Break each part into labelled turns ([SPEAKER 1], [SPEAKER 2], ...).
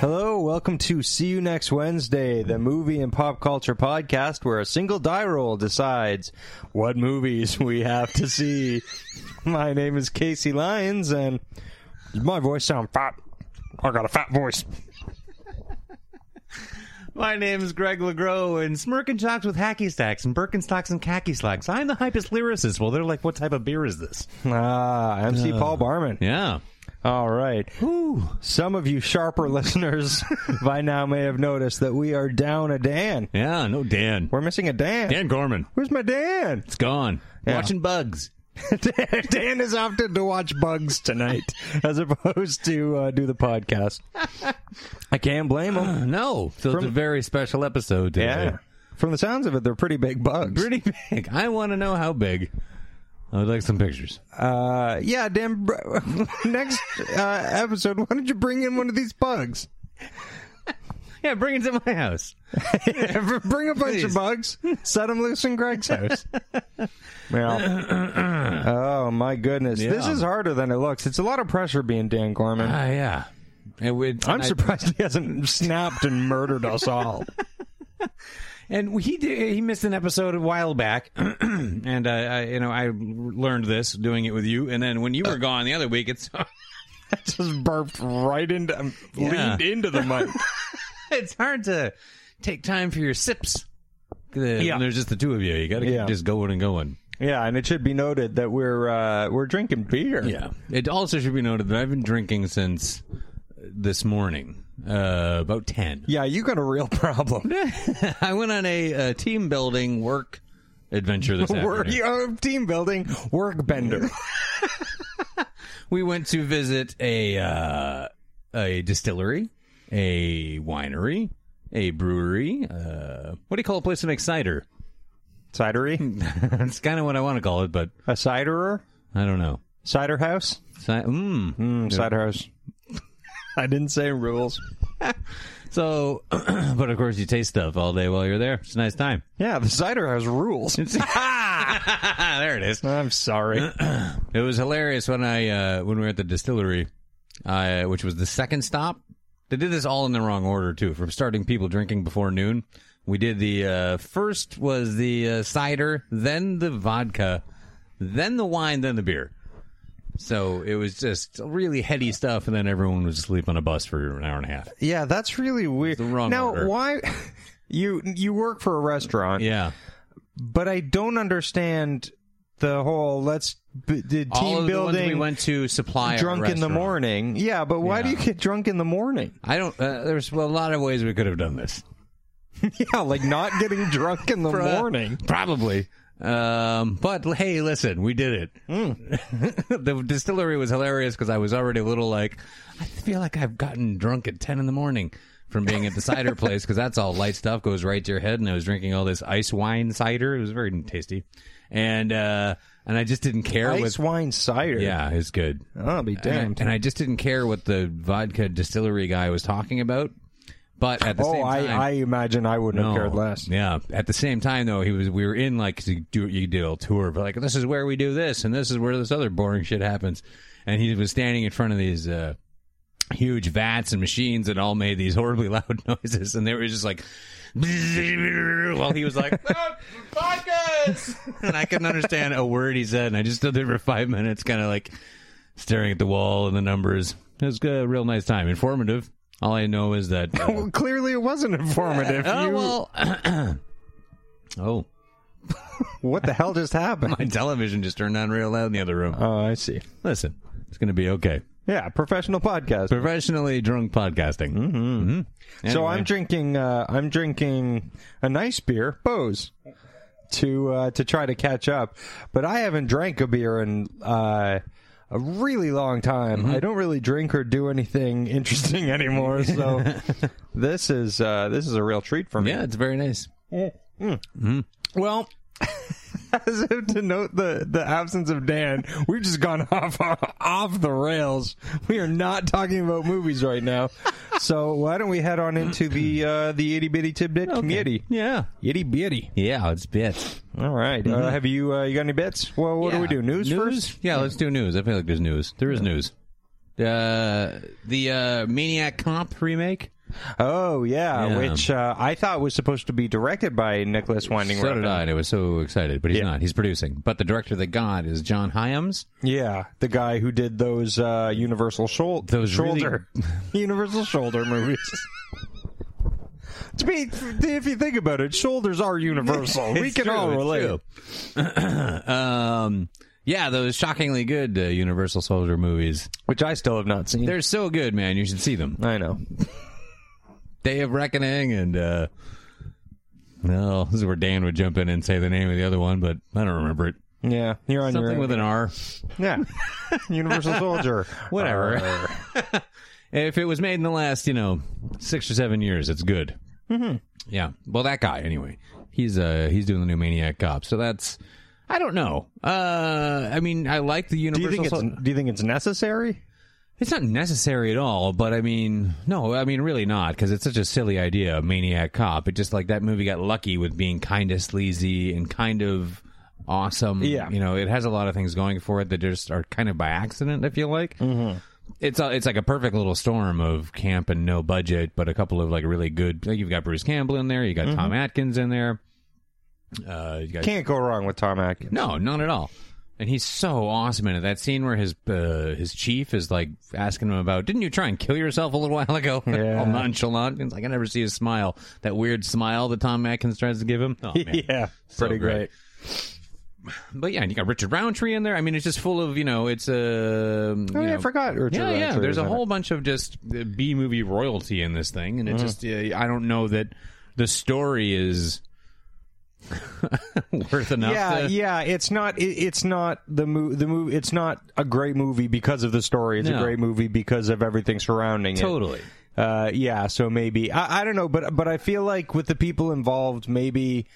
[SPEAKER 1] Hello, welcome to See You Next Wednesday, the movie and pop culture podcast where a single die roll decides what movies we have to see. my name is Casey Lyons, and does my voice sound fat? I got a fat voice.
[SPEAKER 2] My name is Greg LeGros, and Smirkin' Jocks with Hacky Stacks and Birkenstocks and Khaki Slacks. I'm the hypest lyricist. Well, they're like, what type of beer is this?
[SPEAKER 1] Ah, MC Paul Barman.
[SPEAKER 2] Yeah.
[SPEAKER 1] All right.
[SPEAKER 2] Ooh.
[SPEAKER 1] Some of you sharper listeners by now may have noticed that we are down a Dan.
[SPEAKER 2] Yeah, no Dan.
[SPEAKER 1] We're missing a Dan.
[SPEAKER 2] Dan Gorman.
[SPEAKER 1] Where's my Dan?
[SPEAKER 2] It's gone. Watching bugs.
[SPEAKER 1] Dan is opted to watch bugs tonight as opposed to uh, do the podcast. I can't blame him.
[SPEAKER 2] No. So it's a very special episode today.
[SPEAKER 1] Yeah. From the sounds of it, they're pretty big bugs.
[SPEAKER 2] Pretty big. I want to know how big. I would like some pictures.
[SPEAKER 1] Uh, yeah, Dan. Br- next uh, episode, why don't you bring in one of these bugs?
[SPEAKER 2] Yeah, bring it to my house.
[SPEAKER 1] bring a bunch of
[SPEAKER 2] Please.
[SPEAKER 1] bugs, set them loose in Greg's house. Yeah. oh my goodness, this
[SPEAKER 2] Yeah.
[SPEAKER 1] is harder than it looks. It's a lot of pressure being Dan Gorman.
[SPEAKER 2] Ah, yeah. And we'd-
[SPEAKER 1] I'm
[SPEAKER 2] and I-
[SPEAKER 1] surprised he hasn't snapped and murdered us all.
[SPEAKER 2] And he did, he missed an episode a while back, and uh, I, you know I learned this doing it with you. And then when you were gone the other week, it's
[SPEAKER 1] just burped right into um,
[SPEAKER 2] Yeah.
[SPEAKER 1] leaned into the mic.
[SPEAKER 2] it's hard to take time for your sips. Yeah. There's just the two of you. You got to
[SPEAKER 1] Yeah.
[SPEAKER 2] keep just going and going.
[SPEAKER 1] yeah, and it should be noted that we're uh, we're drinking beer.
[SPEAKER 2] It also should be noted that I've been drinking since uh, this morning, uh, about 10.
[SPEAKER 1] Yeah, you got a real problem.
[SPEAKER 2] I went on a, uh team building work adventure this
[SPEAKER 1] We're
[SPEAKER 2] afternoon.
[SPEAKER 1] you know, team building work bender.
[SPEAKER 2] We went to visit a uh, a distillery, a winery, a brewery. Uh, what do you call a place that makes cider?
[SPEAKER 1] Cidery,
[SPEAKER 2] That's kind of what I want to call it, but
[SPEAKER 1] a ciderer,
[SPEAKER 2] I don't know.
[SPEAKER 1] cider house,
[SPEAKER 2] Ci- mm.
[SPEAKER 1] mm, cider house. I didn't say rules.
[SPEAKER 2] So, but of course, you taste stuff all day while you're there. It's a nice time.
[SPEAKER 1] Yeah, the cider house rules.
[SPEAKER 2] there it is.
[SPEAKER 1] I'm sorry.
[SPEAKER 2] It was hilarious when I uh, when we were at the distillery, uh, which was the second stop. They did this all in the wrong order too. From starting people drinking before noon, we did the uh, first was the uh, cider, then the vodka, then the wine, then the beer. So it was just really heady stuff, and then everyone was asleep on a bus for an hour and a half.
[SPEAKER 1] Yeah, that's really weird.
[SPEAKER 2] the wrong
[SPEAKER 1] now,
[SPEAKER 2] order.
[SPEAKER 1] why you you work for a restaurant?
[SPEAKER 2] Yeah,
[SPEAKER 1] but I don't understand the whole let's b- the team
[SPEAKER 2] all of the ones
[SPEAKER 1] building
[SPEAKER 2] we went to supply our
[SPEAKER 1] drunk in the
[SPEAKER 2] restaurant.
[SPEAKER 1] morning. Yeah, but why do
[SPEAKER 2] Yeah.
[SPEAKER 1] you get drunk in the morning?
[SPEAKER 2] I don't. Uh, there's a lot of ways we could have done this.
[SPEAKER 1] Yeah, like not getting drunk in the
[SPEAKER 2] Bruh.
[SPEAKER 1] morning.
[SPEAKER 2] Probably. Um, but hey, listen, we did it.
[SPEAKER 1] Hmm.
[SPEAKER 2] the distillery was hilarious because I was already a little like, I feel like I've gotten drunk at 10 in the morning from being at the cider place because that's all light stuff goes right to your head. And I was drinking all this ice wine cider. It was very tasty. And, uh, and I just didn't care
[SPEAKER 1] Ice
[SPEAKER 2] with.
[SPEAKER 1] wine cider.
[SPEAKER 2] Yeah, it was good.
[SPEAKER 1] I'll be
[SPEAKER 2] And,
[SPEAKER 1] damned.
[SPEAKER 2] and I just didn't care what the vodka distillery guy was talking about. But at the
[SPEAKER 1] oh,
[SPEAKER 2] same
[SPEAKER 1] I,
[SPEAKER 2] time,
[SPEAKER 1] I imagine I wouldn't have
[SPEAKER 2] no.
[SPEAKER 1] cared less.
[SPEAKER 2] Yeah. At the same time, though, he was. We were in like 'cause you do. You did a little tour, but like this is where we do this, and this is where this other boring shit happens. And he was standing in front of these uh, huge vats and machines that all made these horribly loud noises, and they were just like. While he was like, "Ah, vodkas, and I couldn't understand a word he said, and I just stood there for five minutes, kind of like staring at the wall and the numbers. It was a real nice time, informative. All I know is that. uh,
[SPEAKER 1] Well, clearly it wasn't informative.
[SPEAKER 2] oh
[SPEAKER 1] You-
[SPEAKER 2] well. oh,
[SPEAKER 1] what the hell just happened?
[SPEAKER 2] my television just turned on real loud in the other room.
[SPEAKER 1] Oh, I see.
[SPEAKER 2] Listen, it's going to be okay.
[SPEAKER 1] Yeah, professional podcast.
[SPEAKER 2] Professionally drunk podcasting. Mm-hmm.
[SPEAKER 1] So I'm drinking. Uh, I'm drinking a nice beer, Bose, to uh, to try to catch up. But I haven't drank a beer in uh, a really long time. I don't really drink or do anything interesting anymore. So this is uh, this is a real treat for me.
[SPEAKER 2] Yeah, it's very nice.
[SPEAKER 1] Well. As if to note the, the absence of Dan, we've just gone off off the rails. We are not talking about movies right now. So why don't we head on into the uh, the itty bitty tidbit community?
[SPEAKER 2] Yeah.
[SPEAKER 1] Itty bitty.
[SPEAKER 2] Yeah, it's bits.
[SPEAKER 1] All right. Uh, have you uh, you got any bits? Well, what do we do? News, first?
[SPEAKER 2] Yeah, let's do Mm-hmm. news. I feel like there's news. There is news. Uh, the uh, Maniac Comp remake.
[SPEAKER 1] Oh yeah,
[SPEAKER 2] Yeah.
[SPEAKER 1] which uh, I thought was supposed to be directed by Nicholas Winding
[SPEAKER 2] So
[SPEAKER 1] Refn.
[SPEAKER 2] did I. and I was so excited, but he's
[SPEAKER 1] Yeah.
[SPEAKER 2] not. He's producing. But the director they got is John Hyams.
[SPEAKER 1] Yeah, the guy who did those uh, Universal shul-
[SPEAKER 2] Those really-
[SPEAKER 1] shoulder Universal shoulder movies. to be, if you think about it, shoulders are universal. we
[SPEAKER 2] It's
[SPEAKER 1] can
[SPEAKER 2] true,
[SPEAKER 1] all
[SPEAKER 2] it's
[SPEAKER 1] relate.
[SPEAKER 2] true. um, yeah, those shockingly good uh, Universal Soldier movies.
[SPEAKER 1] Which I still have not seen.
[SPEAKER 2] They're so good, man. You should see them.
[SPEAKER 1] I know.
[SPEAKER 2] Day of Reckoning and uh well, this is where Dan would jump in and say the name of the other one, but I don't remember it.
[SPEAKER 1] Yeah, you're on
[SPEAKER 2] Something
[SPEAKER 1] your
[SPEAKER 2] with an R.
[SPEAKER 1] yeah. Universal soldier.
[SPEAKER 2] Whatever. if it was made in the last, you know, six or seven years, it's good. Mm-hmm. Yeah. Well, that guy anyway. He's uh he's doing the new Maniac Cop, so that's I don't know. Uh I mean, I like the
[SPEAKER 1] do you
[SPEAKER 2] Universal.
[SPEAKER 1] think it's
[SPEAKER 2] Sol-
[SPEAKER 1] do you think it's necessary?
[SPEAKER 2] It's not necessary at all, but I mean, no, I mean, really not, because it's such a silly idea, Maniac Cop. It just like that movie got lucky with being kind of sleazy and kind of awesome.
[SPEAKER 1] Yeah.
[SPEAKER 2] You know, it has a lot of things going for it that just are kind of by accident, I feel like. Mm-hmm. It's, a, it's like a perfect little storm of camp and no budget, but a couple of like really good. Like you've got Bruce Campbell in there, you got Tom Atkins in there. Uh, you got
[SPEAKER 1] Can't go wrong with Tom Atkins.
[SPEAKER 2] no, not at all. And he's so awesome in it. That scene where his uh, his chief is like asking him about, didn't you try and kill yourself a little while ago?
[SPEAKER 1] Yeah.
[SPEAKER 2] All nonchalant. It's like I never see his smile. That weird smile that Tom Atkins tries to give him. Oh man.
[SPEAKER 1] yeah,
[SPEAKER 2] So
[SPEAKER 1] pretty
[SPEAKER 2] great. But yeah, and you got Richard Roundtree in there. I mean, it's just full of you know, it's a.
[SPEAKER 1] Oh, yeah, I forgot. Richard
[SPEAKER 2] yeah, yeah.
[SPEAKER 1] Roundtree was
[SPEAKER 2] There's a
[SPEAKER 1] in it.
[SPEAKER 2] whole bunch of just B movie royalty in this thing, and
[SPEAKER 1] Mm-hmm.
[SPEAKER 2] it just uh, I don't know that the story is worth enough.
[SPEAKER 1] yeah,
[SPEAKER 2] to,
[SPEAKER 1] yeah. It's not. It, it's not the mo- the movie. It's not a great movie because of the story. It's
[SPEAKER 2] No.
[SPEAKER 1] a great movie because of everything surrounding
[SPEAKER 2] Totally.
[SPEAKER 1] it. Uh, yeah. So maybe I, I don't know, but but I feel like with the people involved, maybe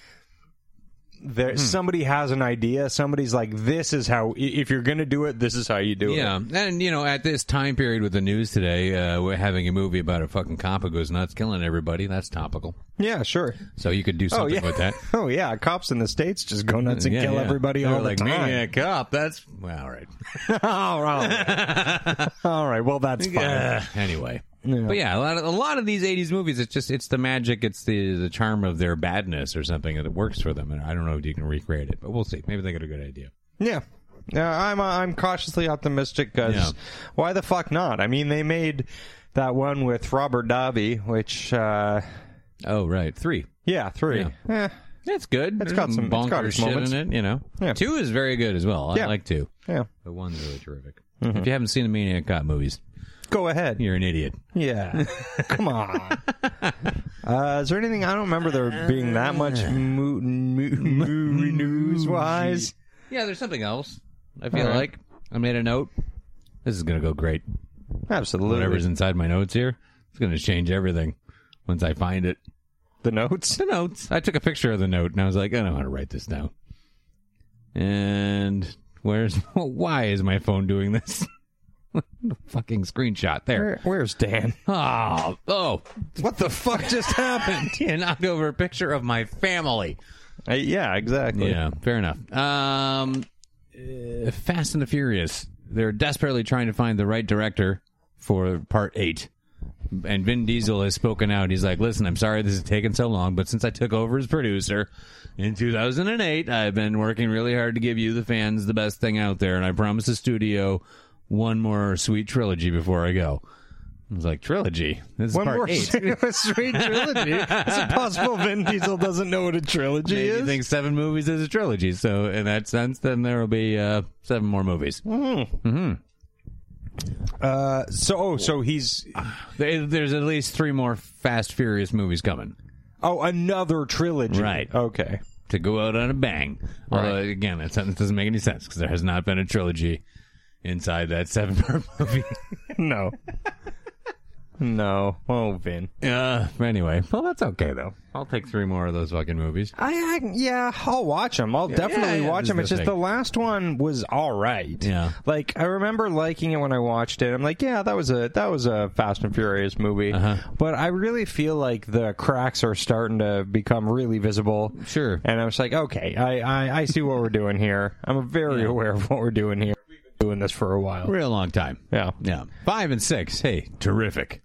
[SPEAKER 1] there
[SPEAKER 2] Hmm.
[SPEAKER 1] somebody has an idea. Somebody's like, this is how. i- If you're gonna do it, this is how you do
[SPEAKER 2] Yeah,
[SPEAKER 1] it.
[SPEAKER 2] and you know, at this time period with the news today, uh, we're having a movie about a fucking cop who goes nuts, killing everybody. That's topical.
[SPEAKER 1] Yeah. Sure.
[SPEAKER 2] So you could do something
[SPEAKER 1] yeah.
[SPEAKER 2] with that.
[SPEAKER 1] Oh yeah. Cops in the states just go nuts and
[SPEAKER 2] Yeah,
[SPEAKER 1] kill
[SPEAKER 2] yeah.
[SPEAKER 1] everybody
[SPEAKER 2] They're
[SPEAKER 1] all
[SPEAKER 2] like,
[SPEAKER 1] the time.
[SPEAKER 2] Maniac cop. That's well, all right.
[SPEAKER 1] all right. all right. Well, that's fine.
[SPEAKER 2] anyway, but yeah, a lot of a lot of these '80s movies, it's just it's the magic, it's the the charm of their badness or something that works for them. And I don't know if you can recreate it, but we'll see. Maybe they got a good idea.
[SPEAKER 1] Yeah. Yeah, I'm uh, I'm cautiously optimistic because
[SPEAKER 2] Yeah.
[SPEAKER 1] why the fuck not? I mean, they made that one with Robert Davi, which uh,
[SPEAKER 2] Oh right, three.
[SPEAKER 1] yeah, three. Eh,
[SPEAKER 2] That's good. It's
[SPEAKER 1] got some-
[SPEAKER 2] bonkers
[SPEAKER 1] it's got its
[SPEAKER 2] shit
[SPEAKER 1] moments.
[SPEAKER 2] in it. You know,
[SPEAKER 1] Yeah.
[SPEAKER 2] two is very good as well. I
[SPEAKER 1] Yeah.
[SPEAKER 2] like two.
[SPEAKER 1] yeah,
[SPEAKER 2] The one's really terrific. If you haven't seen the Maniac Cop movies,
[SPEAKER 1] go ahead.
[SPEAKER 2] you're an idiot.
[SPEAKER 1] Yeah, come on. Uh, is there anything I don't remember there being that much mo- mo- movie news wise?
[SPEAKER 2] Yeah, there's something else. I feel like I made a note. This is gonna go great.
[SPEAKER 1] Absolutely.
[SPEAKER 2] Whatever's inside my notes here, it's gonna change everything once I find it.
[SPEAKER 1] the notes.
[SPEAKER 2] The notes. I took a picture of the note and I was like, I don't want to write this down. And where's why is my phone doing this? Fucking screenshot there.
[SPEAKER 1] Where, where's Dan?
[SPEAKER 2] Oh, oh,
[SPEAKER 1] What the fuck just happened?
[SPEAKER 2] he knocked over a picture of my family.
[SPEAKER 1] Uh, yeah, exactly.
[SPEAKER 2] Yeah, fair enough. Um, uh, Fast and the Furious. They're desperately trying to find the right director for part eight. And Vin Diesel has spoken out. He's like, "Listen, I'm sorry this is taking so long, but since I took over as producer in 2008, I've been working really hard to give you the fans the best thing out there, and I promised the studio one more sweet trilogy before I go." I was like, "Trilogy? This is
[SPEAKER 1] One
[SPEAKER 2] part
[SPEAKER 1] more
[SPEAKER 2] eight.
[SPEAKER 1] straight trilogy. it's impossible Vin Diesel doesn't know what a trilogy
[SPEAKER 2] Maybe
[SPEAKER 1] is.
[SPEAKER 2] you think seven movies is a trilogy. So in that sense, then there will be uh, seven more movies.
[SPEAKER 1] uh, so, oh, so he's
[SPEAKER 2] There- There's at least three more Fast Furious movies coming
[SPEAKER 1] oh another trilogy,
[SPEAKER 2] Right.
[SPEAKER 1] Okay,
[SPEAKER 2] to go out on a bang. Although again, that sentence doesn't make any sense because there has not been a trilogy inside that seven part movie.
[SPEAKER 1] no, no. Oh, Vin.
[SPEAKER 2] uh, but anyway, well that's okay though. I'll take three more of those fucking movies.
[SPEAKER 1] I, I yeah, I'll watch them. I'll definitely
[SPEAKER 2] yeah,
[SPEAKER 1] watch
[SPEAKER 2] this
[SPEAKER 1] them.
[SPEAKER 2] is
[SPEAKER 1] It's
[SPEAKER 2] the
[SPEAKER 1] just
[SPEAKER 2] thing.
[SPEAKER 1] the last one was all right.
[SPEAKER 2] Yeah.
[SPEAKER 1] like I remember liking it when I watched it. I'm like, yeah, that was a that was a Fast and Furious movie.
[SPEAKER 2] Uh-huh.
[SPEAKER 1] But I really feel like the cracks are starting to become really visible.
[SPEAKER 2] Sure.
[SPEAKER 1] And I was like, okay, I I, I see what we're doing here. I'm very aware of what we're doing here. We've been doing this for a while.
[SPEAKER 2] Real long time.
[SPEAKER 1] Yeah.
[SPEAKER 2] Yeah. Five and six. Hey, terrific.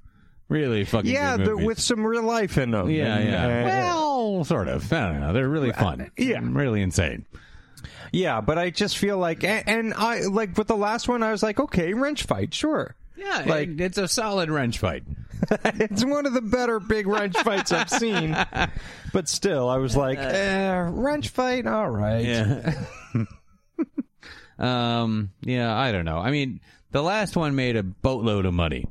[SPEAKER 2] Really fucking
[SPEAKER 1] Yeah,
[SPEAKER 2] good
[SPEAKER 1] the,
[SPEAKER 2] movies.
[SPEAKER 1] with some real life in them.
[SPEAKER 2] yeah,
[SPEAKER 1] And,
[SPEAKER 2] yeah.
[SPEAKER 1] uh,
[SPEAKER 2] well, sort of. I don't know. They're really fun.
[SPEAKER 1] yeah.
[SPEAKER 2] really insane.
[SPEAKER 1] Yeah, but I just feel like, and, and I like with the last one, I was like, okay, wrench fight, sure.
[SPEAKER 2] Yeah,
[SPEAKER 1] Like-
[SPEAKER 2] it- it's a solid wrench fight.
[SPEAKER 1] It's one of the better big wrench fights I've seen. But still, I was like, eh, wrench fight, all right.
[SPEAKER 2] Uh, Yeah. um. Yeah. I don't know. I mean, the last one made a boatload of money,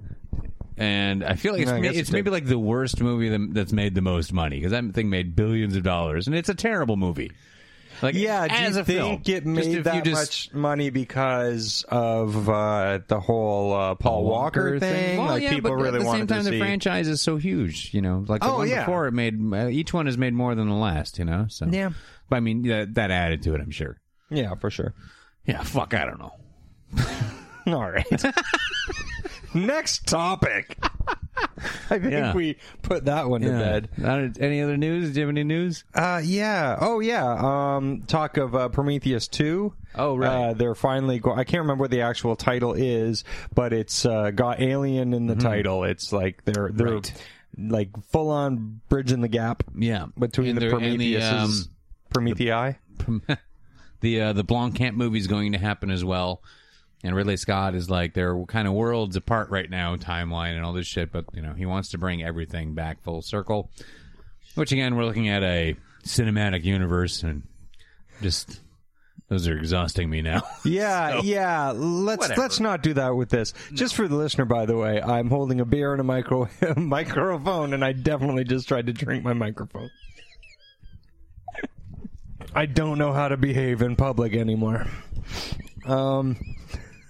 [SPEAKER 2] and I feel like it's,
[SPEAKER 1] I
[SPEAKER 2] ma-
[SPEAKER 1] guess it
[SPEAKER 2] it's
[SPEAKER 1] did.
[SPEAKER 2] maybe like the worst movie that, that's made the most money because that thing made billions of dollars, and it's a terrible movie. Like,
[SPEAKER 1] Yeah, do
[SPEAKER 2] as
[SPEAKER 1] you
[SPEAKER 2] a
[SPEAKER 1] think
[SPEAKER 2] film,
[SPEAKER 1] it
[SPEAKER 2] Just if you
[SPEAKER 1] made that much
[SPEAKER 2] just-
[SPEAKER 1] money because of uh, the whole uh, Paul Walker, thing?
[SPEAKER 2] Well,
[SPEAKER 1] like
[SPEAKER 2] yeah,
[SPEAKER 1] people
[SPEAKER 2] but
[SPEAKER 1] really
[SPEAKER 2] at the same
[SPEAKER 1] wanted
[SPEAKER 2] time,
[SPEAKER 1] to
[SPEAKER 2] the
[SPEAKER 1] see.
[SPEAKER 2] franchise is so huge. You know, like the
[SPEAKER 1] Oh,
[SPEAKER 2] one
[SPEAKER 1] yeah.
[SPEAKER 2] before, it made uh, each one has made more than the last. You know, so
[SPEAKER 1] Yeah.
[SPEAKER 2] But I mean, that, that added to it, I'm sure.
[SPEAKER 1] yeah, for sure.
[SPEAKER 2] Yeah, fuck, I don't know.
[SPEAKER 1] All right. Next topic. I think
[SPEAKER 2] Yeah.
[SPEAKER 1] we put that one to bed.
[SPEAKER 2] Uh, Any other news? Do you have any news?
[SPEAKER 1] Uh, yeah. Oh, yeah. Um, talk of uh, Prometheus two.
[SPEAKER 2] Oh, right.
[SPEAKER 1] Uh, they're finally. Go- I can't remember what the actual title is, but it's uh, got alien in the title. It's like they're they're like full on bridging the gap
[SPEAKER 2] Yeah,
[SPEAKER 1] between
[SPEAKER 2] And
[SPEAKER 1] the
[SPEAKER 2] there- and the,
[SPEAKER 1] Prometheuses.
[SPEAKER 2] um,
[SPEAKER 1] Promethei.
[SPEAKER 2] the uh, the Blomkamp movie is going to happen as well. And Ridley Scott is like they're kind of worlds apart right now, timeline and all this shit. But you know he wants to bring everything back full circle. Which again, we're looking at a cinematic universe, and just those are exhausting me now.
[SPEAKER 1] Yeah, yeah. Let's
[SPEAKER 2] whatever.
[SPEAKER 1] let's not do that with this. Just for the listener, by the way, I'm holding a beer and a micro microphone, and I definitely just tried to drink my microphone. I don't know how to behave in public anymore. Um,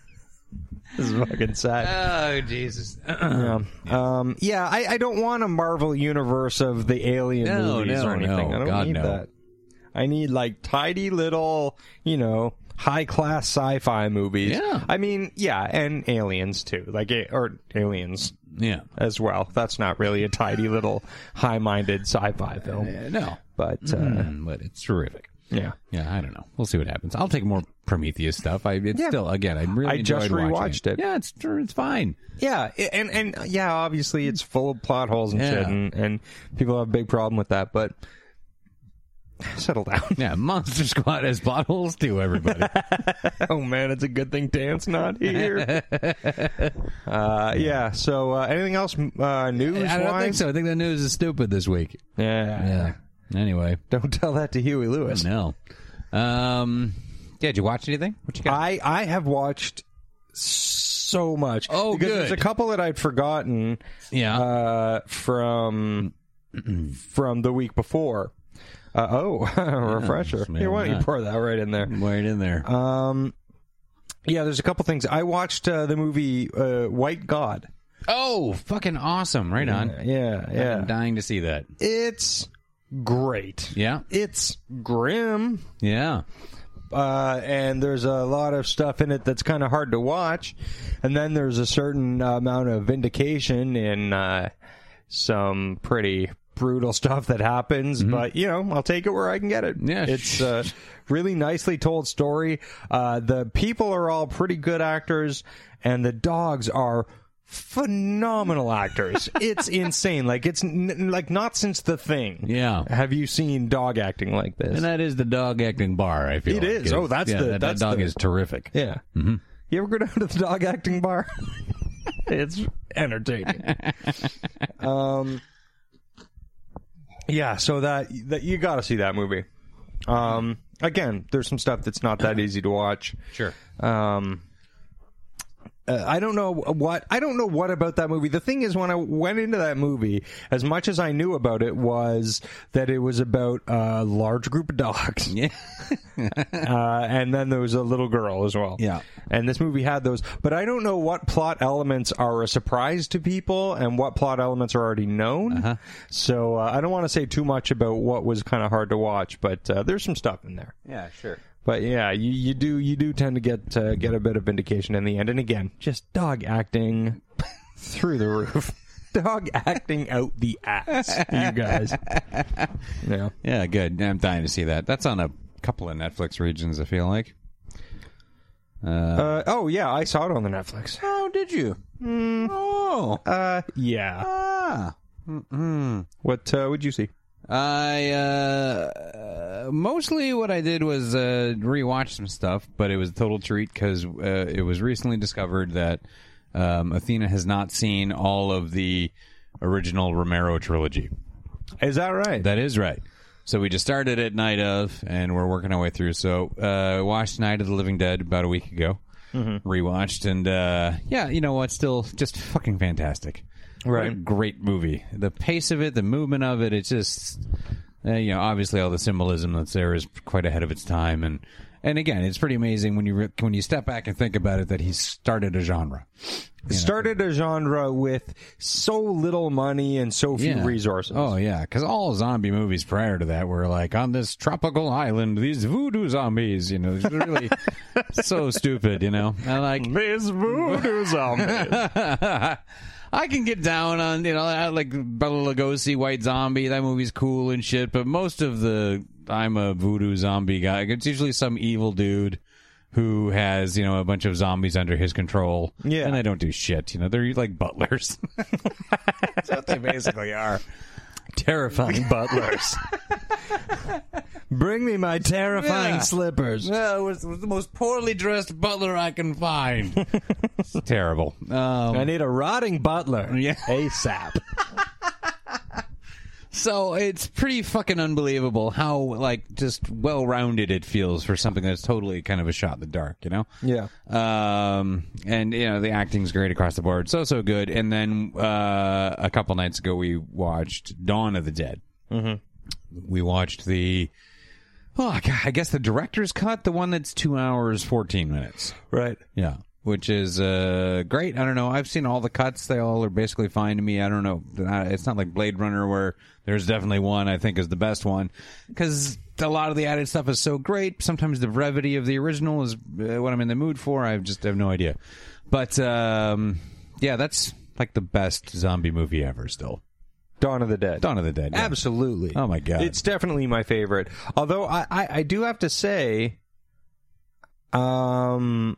[SPEAKER 1] this is fucking sad.
[SPEAKER 2] oh Jesus!
[SPEAKER 1] Yeah, um, yeah. I, I don't want a Marvel universe of the alien
[SPEAKER 2] No,
[SPEAKER 1] movies
[SPEAKER 2] no,
[SPEAKER 1] or anything.
[SPEAKER 2] no.
[SPEAKER 1] I don't
[SPEAKER 2] God,
[SPEAKER 1] need
[SPEAKER 2] no.
[SPEAKER 1] that. I need like tidy little, you know, high class sci fi movies.
[SPEAKER 2] Yeah.
[SPEAKER 1] I mean, yeah, and aliens too, like a- or aliens
[SPEAKER 2] yeah,
[SPEAKER 1] as well. That's not really a tidy little high minded sci fi film,
[SPEAKER 2] Uh, no,
[SPEAKER 1] but uh,
[SPEAKER 2] Mm, but it's terrific.
[SPEAKER 1] yeah.
[SPEAKER 2] Yeah, I don't know. We'll see what happens. I'll take more Prometheus stuff. I it's
[SPEAKER 1] Yeah.
[SPEAKER 2] still again. I really
[SPEAKER 1] I just
[SPEAKER 2] enjoyed watching
[SPEAKER 1] rewatched it.
[SPEAKER 2] Yeah, it's it's fine.
[SPEAKER 1] Yeah, i- and and yeah, obviously it's full of plot holes and shit,
[SPEAKER 2] Yeah.
[SPEAKER 1] and, and people have a big problem with that. But settle down.
[SPEAKER 2] Yeah, Monster Squad has potholes too. Everybody.
[SPEAKER 1] Oh man, it's a good thing Dan's not here. uh, yeah. So uh, anything else uh, news
[SPEAKER 2] I don't think
[SPEAKER 1] wise?
[SPEAKER 2] so. I think the news is stupid this week.
[SPEAKER 1] Yeah.
[SPEAKER 2] Anyway,
[SPEAKER 1] Don't tell that to Huey Lewis.
[SPEAKER 2] no. Um. Yeah. Did you watch anything? What you got?
[SPEAKER 1] I I have watched so much.
[SPEAKER 2] Oh,
[SPEAKER 1] because
[SPEAKER 2] good.
[SPEAKER 1] There's a couple that I'd forgotten
[SPEAKER 2] yeah.
[SPEAKER 1] uh, from from the week before. Uh, oh, refresher.
[SPEAKER 2] man, Mm.
[SPEAKER 1] Here, why don't
[SPEAKER 2] why
[SPEAKER 1] you
[SPEAKER 2] not?
[SPEAKER 1] pour that right in there?
[SPEAKER 2] right in there.
[SPEAKER 1] Um, yeah, there's a couple things. I watched uh, the movie uh, White God.
[SPEAKER 2] oh, fucking awesome! Right on.
[SPEAKER 1] Yeah, yeah.
[SPEAKER 2] I'm dying to see that.
[SPEAKER 1] It's great.
[SPEAKER 2] Yeah.
[SPEAKER 1] It's grim,
[SPEAKER 2] Yeah.
[SPEAKER 1] uh, and there's a lot of stuff in it that's kind of hard to watch. And then there's a certain amount of vindication in uh, some pretty brutal stuff that happens. But you know, I'll take it where I can get it.
[SPEAKER 2] Mm-hmm. Yeah.
[SPEAKER 1] it's a really nicely told story. Uh, the people are all pretty good actors, and the dogs are phenomenal actors. it's insane. Like it's n- like not since The Thing.
[SPEAKER 2] Yeah.
[SPEAKER 1] Have you seen dog acting like this?
[SPEAKER 2] And that is the dog acting bar. I feel
[SPEAKER 1] It
[SPEAKER 2] like.
[SPEAKER 1] is. Oh, that's
[SPEAKER 2] yeah,
[SPEAKER 1] the-
[SPEAKER 2] that, that
[SPEAKER 1] that's
[SPEAKER 2] dog
[SPEAKER 1] the-
[SPEAKER 2] is terrific.
[SPEAKER 1] yeah. Mm-hmm. You ever go down to the dog acting bar? it's entertaining. um. Yeah. So that that you got to see that movie. Um. Again, there's some stuff that's not that easy to watch.
[SPEAKER 2] Sure.
[SPEAKER 1] um uh, I don't know what I don't know what about that movie. The thing is, when I went into that movie, as much as I knew about it, was that it was about a large group of dogs,
[SPEAKER 2] Yeah.
[SPEAKER 1] uh, and then there was a little girl as well.
[SPEAKER 2] Yeah.
[SPEAKER 1] and this movie had those, but I don't know what plot elements are a surprise to people and what plot elements are already known. So uh, I don't want to say too much about what was kind of hard to watch, but uh, there's some stuff in there.
[SPEAKER 2] Yeah. Sure.
[SPEAKER 1] But yeah, you, you do you do tend to get uh, get a bit of vindication in the end, and again, just dog acting through the roof, dog acting out the ass, you guys. Yeah,
[SPEAKER 2] Yeah. Good. I'm dying to see that. That's on a couple of Netflix regions. I feel like.
[SPEAKER 1] uh, oh yeah, I saw it on the Netflix.
[SPEAKER 2] Oh, did you? Oh.
[SPEAKER 1] Uh, yeah.
[SPEAKER 2] ah.
[SPEAKER 1] What uh, would you see?
[SPEAKER 2] I uh, mostly what I did was uh, rewatch some stuff, but it was a total treat because uh, it was recently discovered that um, Athena has not seen all of the original Romero trilogy.
[SPEAKER 1] Is that right?
[SPEAKER 2] That is right. So we just started at Night of, and we're working our way through. So uh, watched Night of the Living Dead about a week ago,
[SPEAKER 1] Mm-hmm.
[SPEAKER 2] rewatched, and uh, yeah, you know what? Still just fucking fantastic. What a
[SPEAKER 1] Right.
[SPEAKER 2] great movie. The pace of it, the movement of it, it's just uh, you know obviously all the symbolism that's there is quite ahead of its time, and and again, it's pretty amazing when you re- when you step back and think about it that he started a genre.
[SPEAKER 1] Started a genre with so little money and so few
[SPEAKER 2] Yeah.
[SPEAKER 1] resources.
[SPEAKER 2] Oh yeah, because all zombie movies prior to that were like on this tropical island, these voodoo zombies. You know, it's really so stupid. You know, and like
[SPEAKER 1] This voodoo zombie.
[SPEAKER 2] I can get down on you know I like Bela Lugosi, White Zombie. That movie's cool and shit. But most of the I'm a voodoo zombie guy. It's usually some evil dude who has you know a bunch of zombies under his control.
[SPEAKER 1] Yeah.
[SPEAKER 2] and they don't do shit. You know, they're like butlers. That's what they basically are. Terrifying butlers.
[SPEAKER 1] Bring me my terrifying
[SPEAKER 2] Yeah.
[SPEAKER 1] slippers.
[SPEAKER 2] Yeah, it was, it was the most poorly dressed butler I can find. it's terrible. Um,
[SPEAKER 1] I need a rotting butler.
[SPEAKER 2] Yeah.
[SPEAKER 1] ASAP.
[SPEAKER 2] so it's pretty fucking unbelievable how like just well rounded it feels for something that's totally kind of a shot in the dark, you know?
[SPEAKER 1] Yeah.
[SPEAKER 2] Um, and you know the acting's great across the board, so so good. And then uh, a couple nights ago, we watched Dawn of the Dead. Mm-hmm. We watched the. Oh, God, I guess the director's cut, the one that's two hours fourteen minutes.
[SPEAKER 1] Right.
[SPEAKER 2] Yeah. Which is uh, great. I don't know. I've seen all the cuts. They all are basically fine to me. I don't know. Uh, It's not like Blade Runner where there's definitely one I think is the best one because a lot of the added stuff is so great. Sometimes the brevity of the original is uh, what I'm in the mood for. I just have no idea. But um, yeah, that's like the best zombie movie ever. Still,
[SPEAKER 1] Dawn of the Dead.
[SPEAKER 2] Dawn of the Dead. yeah.
[SPEAKER 1] Absolutely.
[SPEAKER 2] Oh, my God.
[SPEAKER 1] It's definitely my favorite. Although I, I, I do have to say, um,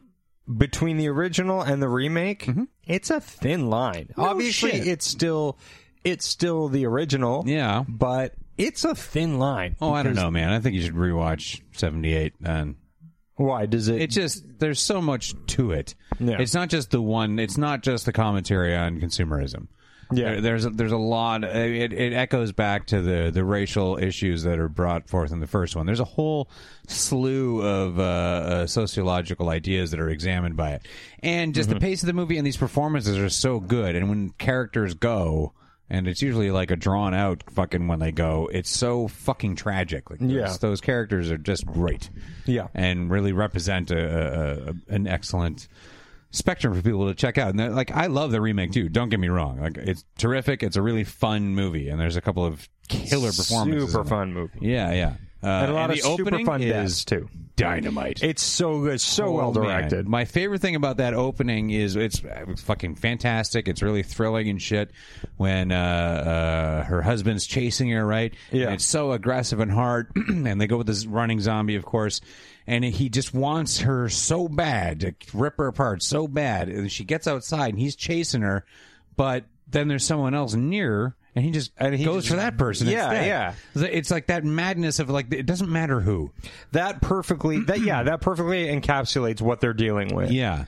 [SPEAKER 1] between the original and the remake, it's a thin line. Obviously,
[SPEAKER 2] Mm-hmm. shit.
[SPEAKER 1] it's still it's still the original.
[SPEAKER 2] Yeah.
[SPEAKER 1] but it's a thin line.
[SPEAKER 2] Oh, I don't know, man. I think you should rewatch '78 and
[SPEAKER 1] Why does it?
[SPEAKER 2] It's just there's so much to it.
[SPEAKER 1] Yeah.
[SPEAKER 2] It's not just the one. It's not just the commentary on consumerism.
[SPEAKER 1] Yeah.
[SPEAKER 2] There- there's a, there's a lot. It, it echoes back to the the racial issues that are brought forth in the first one. There's a whole slew of uh, uh, sociological ideas that are examined by it, and just
[SPEAKER 1] Mm-hmm.
[SPEAKER 2] the pace of the movie and these performances are so good. And when characters go. And it's usually like a drawn out fucking when they go. It's so fucking tragic. Like those-
[SPEAKER 1] Yeah.
[SPEAKER 2] those characters are just great
[SPEAKER 1] yeah,
[SPEAKER 2] and really represent a, a, a an excellent spectrum for people to check out. And they're- like, I love the remake too. Don't get me wrong; like, it's terrific. It's a really fun movie, and there's a couple of killer performances.
[SPEAKER 1] super
[SPEAKER 2] in it.
[SPEAKER 1] fun movie.
[SPEAKER 2] Yeah, yeah. Uh,
[SPEAKER 1] and a lot
[SPEAKER 2] the
[SPEAKER 1] of super
[SPEAKER 2] opening
[SPEAKER 1] fun
[SPEAKER 2] is
[SPEAKER 1] deaths too.
[SPEAKER 2] dynamite.
[SPEAKER 1] It's so good, so
[SPEAKER 2] Oh,
[SPEAKER 1] well
[SPEAKER 2] man.
[SPEAKER 1] directed.
[SPEAKER 2] My favorite thing about that opening is it's fucking fantastic. It's really thrilling and shit. When uh, uh, her husband's chasing her, right?
[SPEAKER 1] Yeah.
[SPEAKER 2] And it's so aggressive and hard, and they go with this running zombie, of course. And he just wants her so bad to rip her apart, so bad. And she gets outside, and he's chasing her, but then there's someone else near. her, And he just and he goes
[SPEAKER 1] just-
[SPEAKER 2] for that person.
[SPEAKER 1] Yeah,
[SPEAKER 2] instead.
[SPEAKER 1] yeah.
[SPEAKER 2] It's like that madness of like it doesn't matter who.
[SPEAKER 1] That perfectly, that yeah, that perfectly encapsulates what they're dealing with.
[SPEAKER 2] Yeah,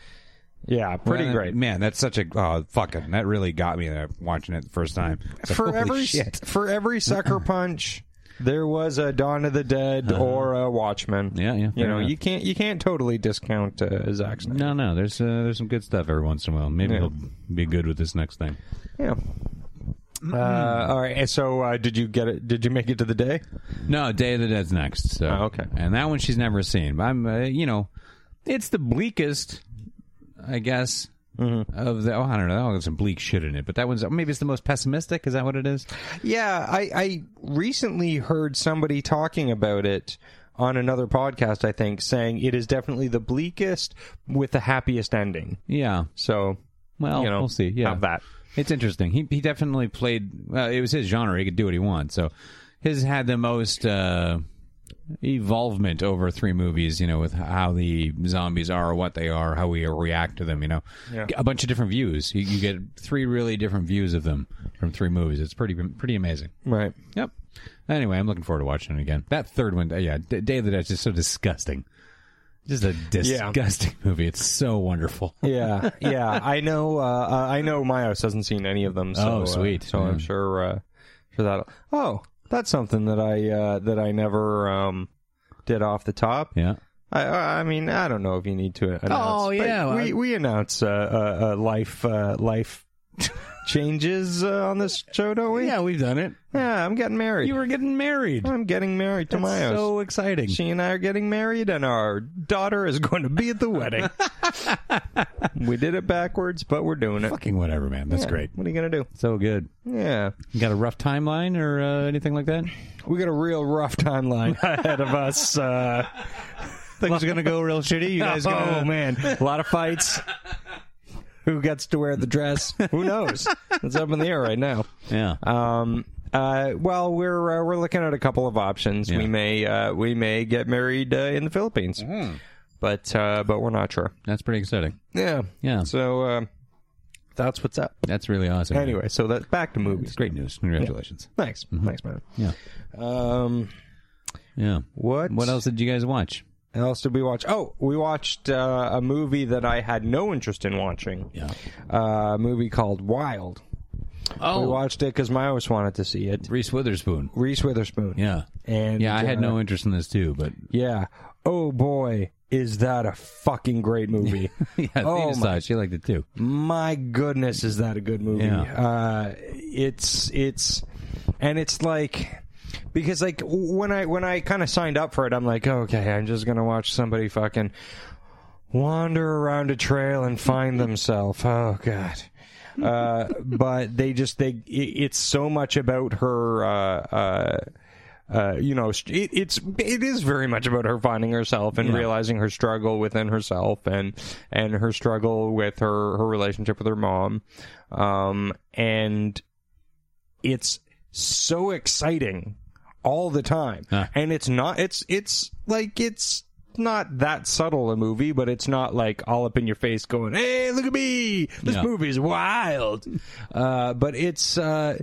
[SPEAKER 1] Yeah, pretty
[SPEAKER 2] Well,
[SPEAKER 1] great.
[SPEAKER 2] man. That's such a oh, fucking that really got me there watching it the first time. It's like,
[SPEAKER 1] for
[SPEAKER 2] holy
[SPEAKER 1] every
[SPEAKER 2] shit.
[SPEAKER 1] for every sucker punch, there was a Dawn of the Dead or a Watchmen.
[SPEAKER 2] Uh-huh. Yeah, yeah,
[SPEAKER 1] You
[SPEAKER 2] fair
[SPEAKER 1] know,
[SPEAKER 2] enough.
[SPEAKER 1] you can't you can't totally discount uh, Zack Snyder.
[SPEAKER 2] No, no. There's uh, there's some good stuff every once in a while. Maybe
[SPEAKER 1] Yeah.
[SPEAKER 2] he'll be good with this next thing.
[SPEAKER 1] Yeah.
[SPEAKER 2] Mm.
[SPEAKER 1] Uh, all right. and So, uh, did you get it? Did you make it to the day?
[SPEAKER 2] No, Day of the Dead's next. So
[SPEAKER 1] Oh, okay.
[SPEAKER 2] and that one she's never seen. But I'm uh, you know, it's the bleakest, I guess.
[SPEAKER 1] Mm-hmm.
[SPEAKER 2] Of the oh, I don't know. That one got some bleak shit in it, but that one's maybe it's the most pessimistic. Is that what it is?
[SPEAKER 1] Yeah, I, I recently heard somebody talking about it on another podcast. I think saying it is definitely the bleakest with the happiest ending.
[SPEAKER 2] Yeah.
[SPEAKER 1] So,
[SPEAKER 2] Well,
[SPEAKER 1] you know,
[SPEAKER 2] Oh, we'll see. Yeah,
[SPEAKER 1] have that.
[SPEAKER 2] It's interesting. He he definitely played. Well, it was his genre. He could do what he wants. So his had the most uh, evolvement over three movies. You know, with how the zombies are, what they are, how we react to them. You know,
[SPEAKER 1] Yeah.
[SPEAKER 2] a bunch of different views. You, you get three really different views of them from three movies. It's pretty pretty amazing.
[SPEAKER 1] right?
[SPEAKER 2] Yep. Anyway, I'm looking forward to watching it again. That third one, yeah, D- Day of the Dead is just so disgusting. Just a disgusting movie. It's so wonderful.
[SPEAKER 1] Yeah, yeah. I know. Uh, uh, I know. Myos hasn't seen any of them. So,
[SPEAKER 2] Oh,
[SPEAKER 1] uh,
[SPEAKER 2] sweet.
[SPEAKER 1] so
[SPEAKER 2] Yeah.
[SPEAKER 1] I'm sure. Uh, sure that. Oh, that's something that I uh, that I never um, did off the top.
[SPEAKER 2] Yeah.
[SPEAKER 1] I- I, I mean, I don't know if you need to announce.
[SPEAKER 2] Oh,
[SPEAKER 1] but
[SPEAKER 2] yeah, well,
[SPEAKER 1] we we announce uh, uh, uh, life uh, life changes uh, on this show, don't we?
[SPEAKER 2] Yeah, we've done it.
[SPEAKER 1] Yeah, I'm getting married.
[SPEAKER 2] You were getting married.
[SPEAKER 1] I'm getting married to
[SPEAKER 2] That's
[SPEAKER 1] Myos.
[SPEAKER 2] so exciting.
[SPEAKER 1] She and I are getting married, and our daughter is going to be at the wedding. we did it backwards, but we're doing it.
[SPEAKER 2] Fucking whatever, man. That's great.
[SPEAKER 1] What are you gonna do?
[SPEAKER 2] So good.
[SPEAKER 1] Yeah,
[SPEAKER 2] You got a rough timeline or uh, anything like that?
[SPEAKER 1] we got a real rough timeline ahead of us. Uh,
[SPEAKER 2] Things are gonna go real shitty. You guys gonna?
[SPEAKER 1] oh man, a lot of fights. Who gets to wear the dress? Who knows? It's up in the air right now.
[SPEAKER 2] Yeah.
[SPEAKER 1] Um, uh, well, we're uh, we're looking at a couple of options.
[SPEAKER 2] Yeah.
[SPEAKER 1] We may uh, we may get married uh, in the Philippines, but uh, but we're not sure.
[SPEAKER 2] That's pretty exciting.
[SPEAKER 1] Yeah,
[SPEAKER 2] Yeah.
[SPEAKER 1] So uh, that's what's up.
[SPEAKER 2] That's really awesome.
[SPEAKER 1] Anyway, so that's back to movies.
[SPEAKER 2] it's great news. Congratulations.
[SPEAKER 1] Thanks, thanks, man.
[SPEAKER 2] Mm-hmm. Yeah.
[SPEAKER 1] Um,
[SPEAKER 2] Yeah.
[SPEAKER 1] what
[SPEAKER 2] What else did you guys watch?
[SPEAKER 1] else did we watch? Oh, we watched uh, a movie that I had no interest in watching.
[SPEAKER 2] Yeah.
[SPEAKER 1] Uh, a movie called Wild. We
[SPEAKER 2] Oh,
[SPEAKER 1] watched it because my host wanted to see it.
[SPEAKER 2] Reese Witherspoon.
[SPEAKER 1] Reese Witherspoon.
[SPEAKER 2] Yeah.
[SPEAKER 1] And
[SPEAKER 2] yeah, I had
[SPEAKER 1] uh,
[SPEAKER 2] no interest in this too, but
[SPEAKER 1] Yeah. Oh boy, is that a fucking great movie.
[SPEAKER 2] yeah,
[SPEAKER 1] Oh,
[SPEAKER 2] Athena saw it. she liked it too.
[SPEAKER 1] my goodness is that a good movie
[SPEAKER 2] Yeah.
[SPEAKER 1] uh it's it's and it's like because like when i when i kind of signed up for it i'm like okay i'm just gonna watch somebody fucking wander around a trail and find themselves oh god uh but they just they it, it's so much about her uh uh uh, you know, st- it, it's it is very much about her finding herself and realizing her struggle within herself and and her struggle with her her relationship with her mom, um, and it's so exciting all the time,
[SPEAKER 2] Huh.
[SPEAKER 1] and it's not it's it's like it's not that subtle a movie but it's not like all up in your face going hey look at me this
[SPEAKER 2] Yeah.
[SPEAKER 1] movie's wild uh but it's uh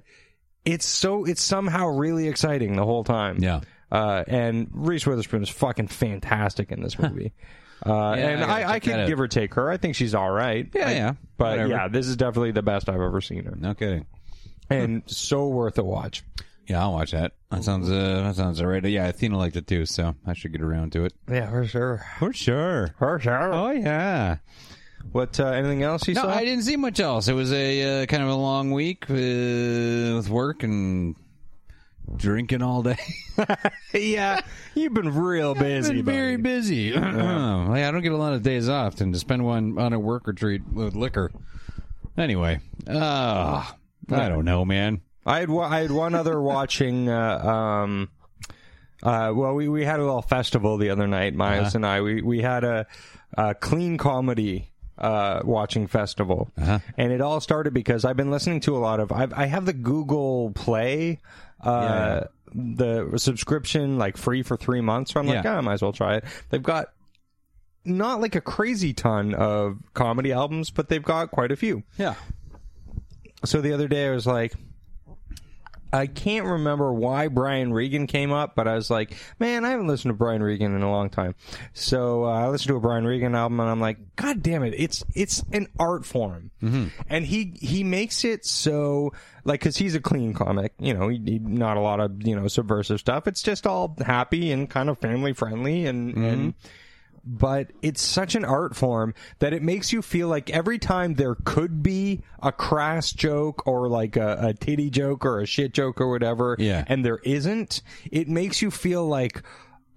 [SPEAKER 1] it's so it's somehow really exciting the whole time.
[SPEAKER 2] Yeah.
[SPEAKER 1] Uh, and Reese Witherspoon is fucking fantastic in this movie. Uh,
[SPEAKER 2] Yeah,
[SPEAKER 1] and
[SPEAKER 2] I gotta
[SPEAKER 1] I, I
[SPEAKER 2] check that
[SPEAKER 1] can
[SPEAKER 2] out.
[SPEAKER 1] give or take her. I think she's all right.
[SPEAKER 2] Yeah,
[SPEAKER 1] I-
[SPEAKER 2] yeah.
[SPEAKER 1] But
[SPEAKER 2] Whatever.
[SPEAKER 1] yeah, this is definitely the best I've ever seen her,
[SPEAKER 2] No kidding.
[SPEAKER 1] and so worth a watch.
[SPEAKER 2] Yeah, I'll watch that. That sounds uh, that sounds alright. Yeah, Athena liked it too, so I should get around to it
[SPEAKER 1] Yeah, for sure.
[SPEAKER 2] for sure.
[SPEAKER 1] For sure.
[SPEAKER 2] Oh yeah.
[SPEAKER 1] What? Uh, anything else you
[SPEAKER 2] No,
[SPEAKER 1] saw?
[SPEAKER 2] I didn't see much else. It was a uh, kind of a long week uh, with work and drinking all day.
[SPEAKER 1] yeah, you've been real busy.
[SPEAKER 2] Been very
[SPEAKER 1] buddy.
[SPEAKER 2] busy. Like, I don't get a lot of days off, and to spend one on a work retreat with liquor. Anyway, uh, I don't know, man.
[SPEAKER 1] I had one, I had one other watching uh, um, Uh, well, we, we had a little festival the other night, Miles and I. We we had a, a clean comedy uh, watching festival, and it all started because I've been listening to a lot of. I've, I have the Google Play, uh, the subscription like free for three months. So I'm like,
[SPEAKER 2] Yeah.
[SPEAKER 1] "Ah, I might as well try it. They've got not like a crazy ton of comedy albums, but they've got quite a few
[SPEAKER 2] Yeah.
[SPEAKER 1] so the other day I was like, I can't remember why Brian Regan came up, but I was like, man, I haven't listened to Brian Regan in a long time. So uh, I listened to a Brian Regan album, and I'm like, God damn it, it's it's an art form, and he he makes it so like because he's a clean comic, you know, he, he, not a lot of you know subversive stuff. It's just all happy and kind of family friendly, and and but it's such an art form that it makes you feel like every time there could be a crass joke or like a, a titty joke or a shit joke or whatever,
[SPEAKER 2] Yeah.
[SPEAKER 1] and there isn't, it makes you feel like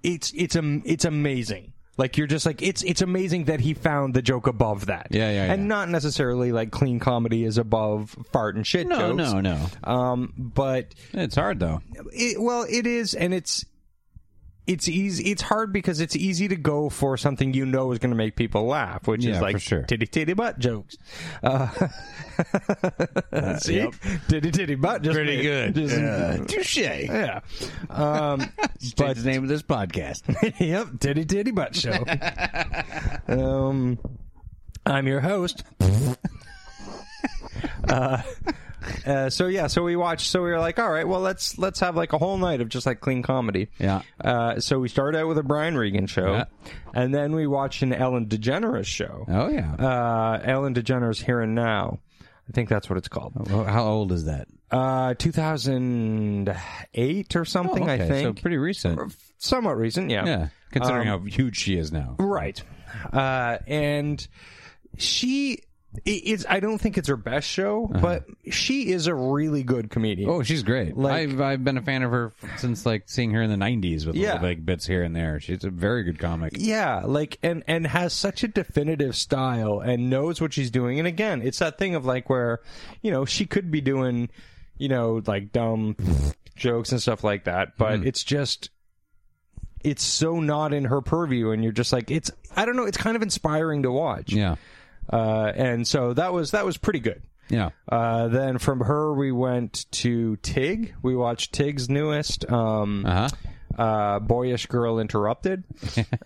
[SPEAKER 1] it's it's um, it's amazing. Like you're just like it's it's amazing that he found the joke above that.
[SPEAKER 2] Yeah, yeah,
[SPEAKER 1] And
[SPEAKER 2] yeah.
[SPEAKER 1] not necessarily like clean comedy is above fart and shit
[SPEAKER 2] No,
[SPEAKER 1] jokes.
[SPEAKER 2] no, no.
[SPEAKER 1] Um, but
[SPEAKER 2] It's hard though.
[SPEAKER 1] it, well, it is, and it's it's easy. It's hard because it's easy to go for something you know is going to make people laugh, which
[SPEAKER 2] Yeah,
[SPEAKER 1] is like
[SPEAKER 2] for sure.
[SPEAKER 1] titty titty butt jokes. Uh, see, titty titty butt, just
[SPEAKER 2] Uh, Pretty good.
[SPEAKER 1] Just-
[SPEAKER 2] touche.
[SPEAKER 1] yeah. Um,
[SPEAKER 2] That's the name of this podcast.
[SPEAKER 1] yep, titty titty butt show. um, I'm your host. uh, uh, so yeah, so we watched. So we were like, all right, well let's let's have like a whole night of just like clean comedy.
[SPEAKER 2] Yeah.
[SPEAKER 1] Uh, so we started out with a Brian Regan show,
[SPEAKER 2] Yeah.
[SPEAKER 1] and then we watched an Ellen DeGeneres show.
[SPEAKER 2] oh yeah.
[SPEAKER 1] Uh, Ellen DeGeneres Here and Now. I think that's what it's called.
[SPEAKER 2] Well, How old is that?
[SPEAKER 1] Uh, 2008 or something, I
[SPEAKER 2] Oh, okay,
[SPEAKER 1] think. um,
[SPEAKER 2] so pretty recent.
[SPEAKER 1] Somewhat recent,
[SPEAKER 2] Yeah, considering how huge she is now.
[SPEAKER 1] Right. Uh, and she i- is, I don't think it's her best show, but she is a really good comedian.
[SPEAKER 2] Uh-huh. Oh, she's great.
[SPEAKER 1] Like-
[SPEAKER 2] I've I've been a fan of her since like seeing her in the '90s with
[SPEAKER 1] Yeah.
[SPEAKER 2] little like bits here and there. She's a very good comic.
[SPEAKER 1] Yeah, like and and has such a definitive style and knows what she's doing. And again, it's that thing of like where, you know, she could be doing, you know, like dumb jokes and stuff like that, but
[SPEAKER 2] Mm-hmm.
[SPEAKER 1] it's just it's so not in her purview and you're just like it's I don't know, it's kind of inspiring to watch.
[SPEAKER 2] Yeah,
[SPEAKER 1] Uh and so that was that was pretty good.
[SPEAKER 2] yeah.
[SPEAKER 1] Uh, then from her, we went to Tig. We watched Tig's newest, um,
[SPEAKER 2] Uh huh.
[SPEAKER 1] uh, Boyish Girl Interrupted,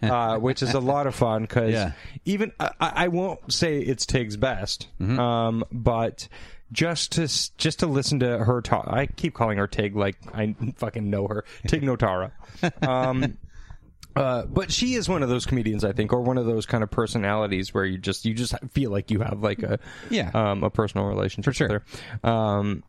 [SPEAKER 1] uh, which is a lot of fun because
[SPEAKER 2] Yeah.
[SPEAKER 1] even I, I I won't say it's Tig's best,
[SPEAKER 2] Mm-hmm.
[SPEAKER 1] um, but just to s- just to listen to her talk, I keep calling her Tig like I fucking know her, Tig Notara. Um, Uh, but she is one of those comedians, I think, or one of those kind of personalities where you just you just feel like you have like a
[SPEAKER 2] Yeah.
[SPEAKER 1] um, a personal relationship
[SPEAKER 2] For sure.
[SPEAKER 1] with her. Um,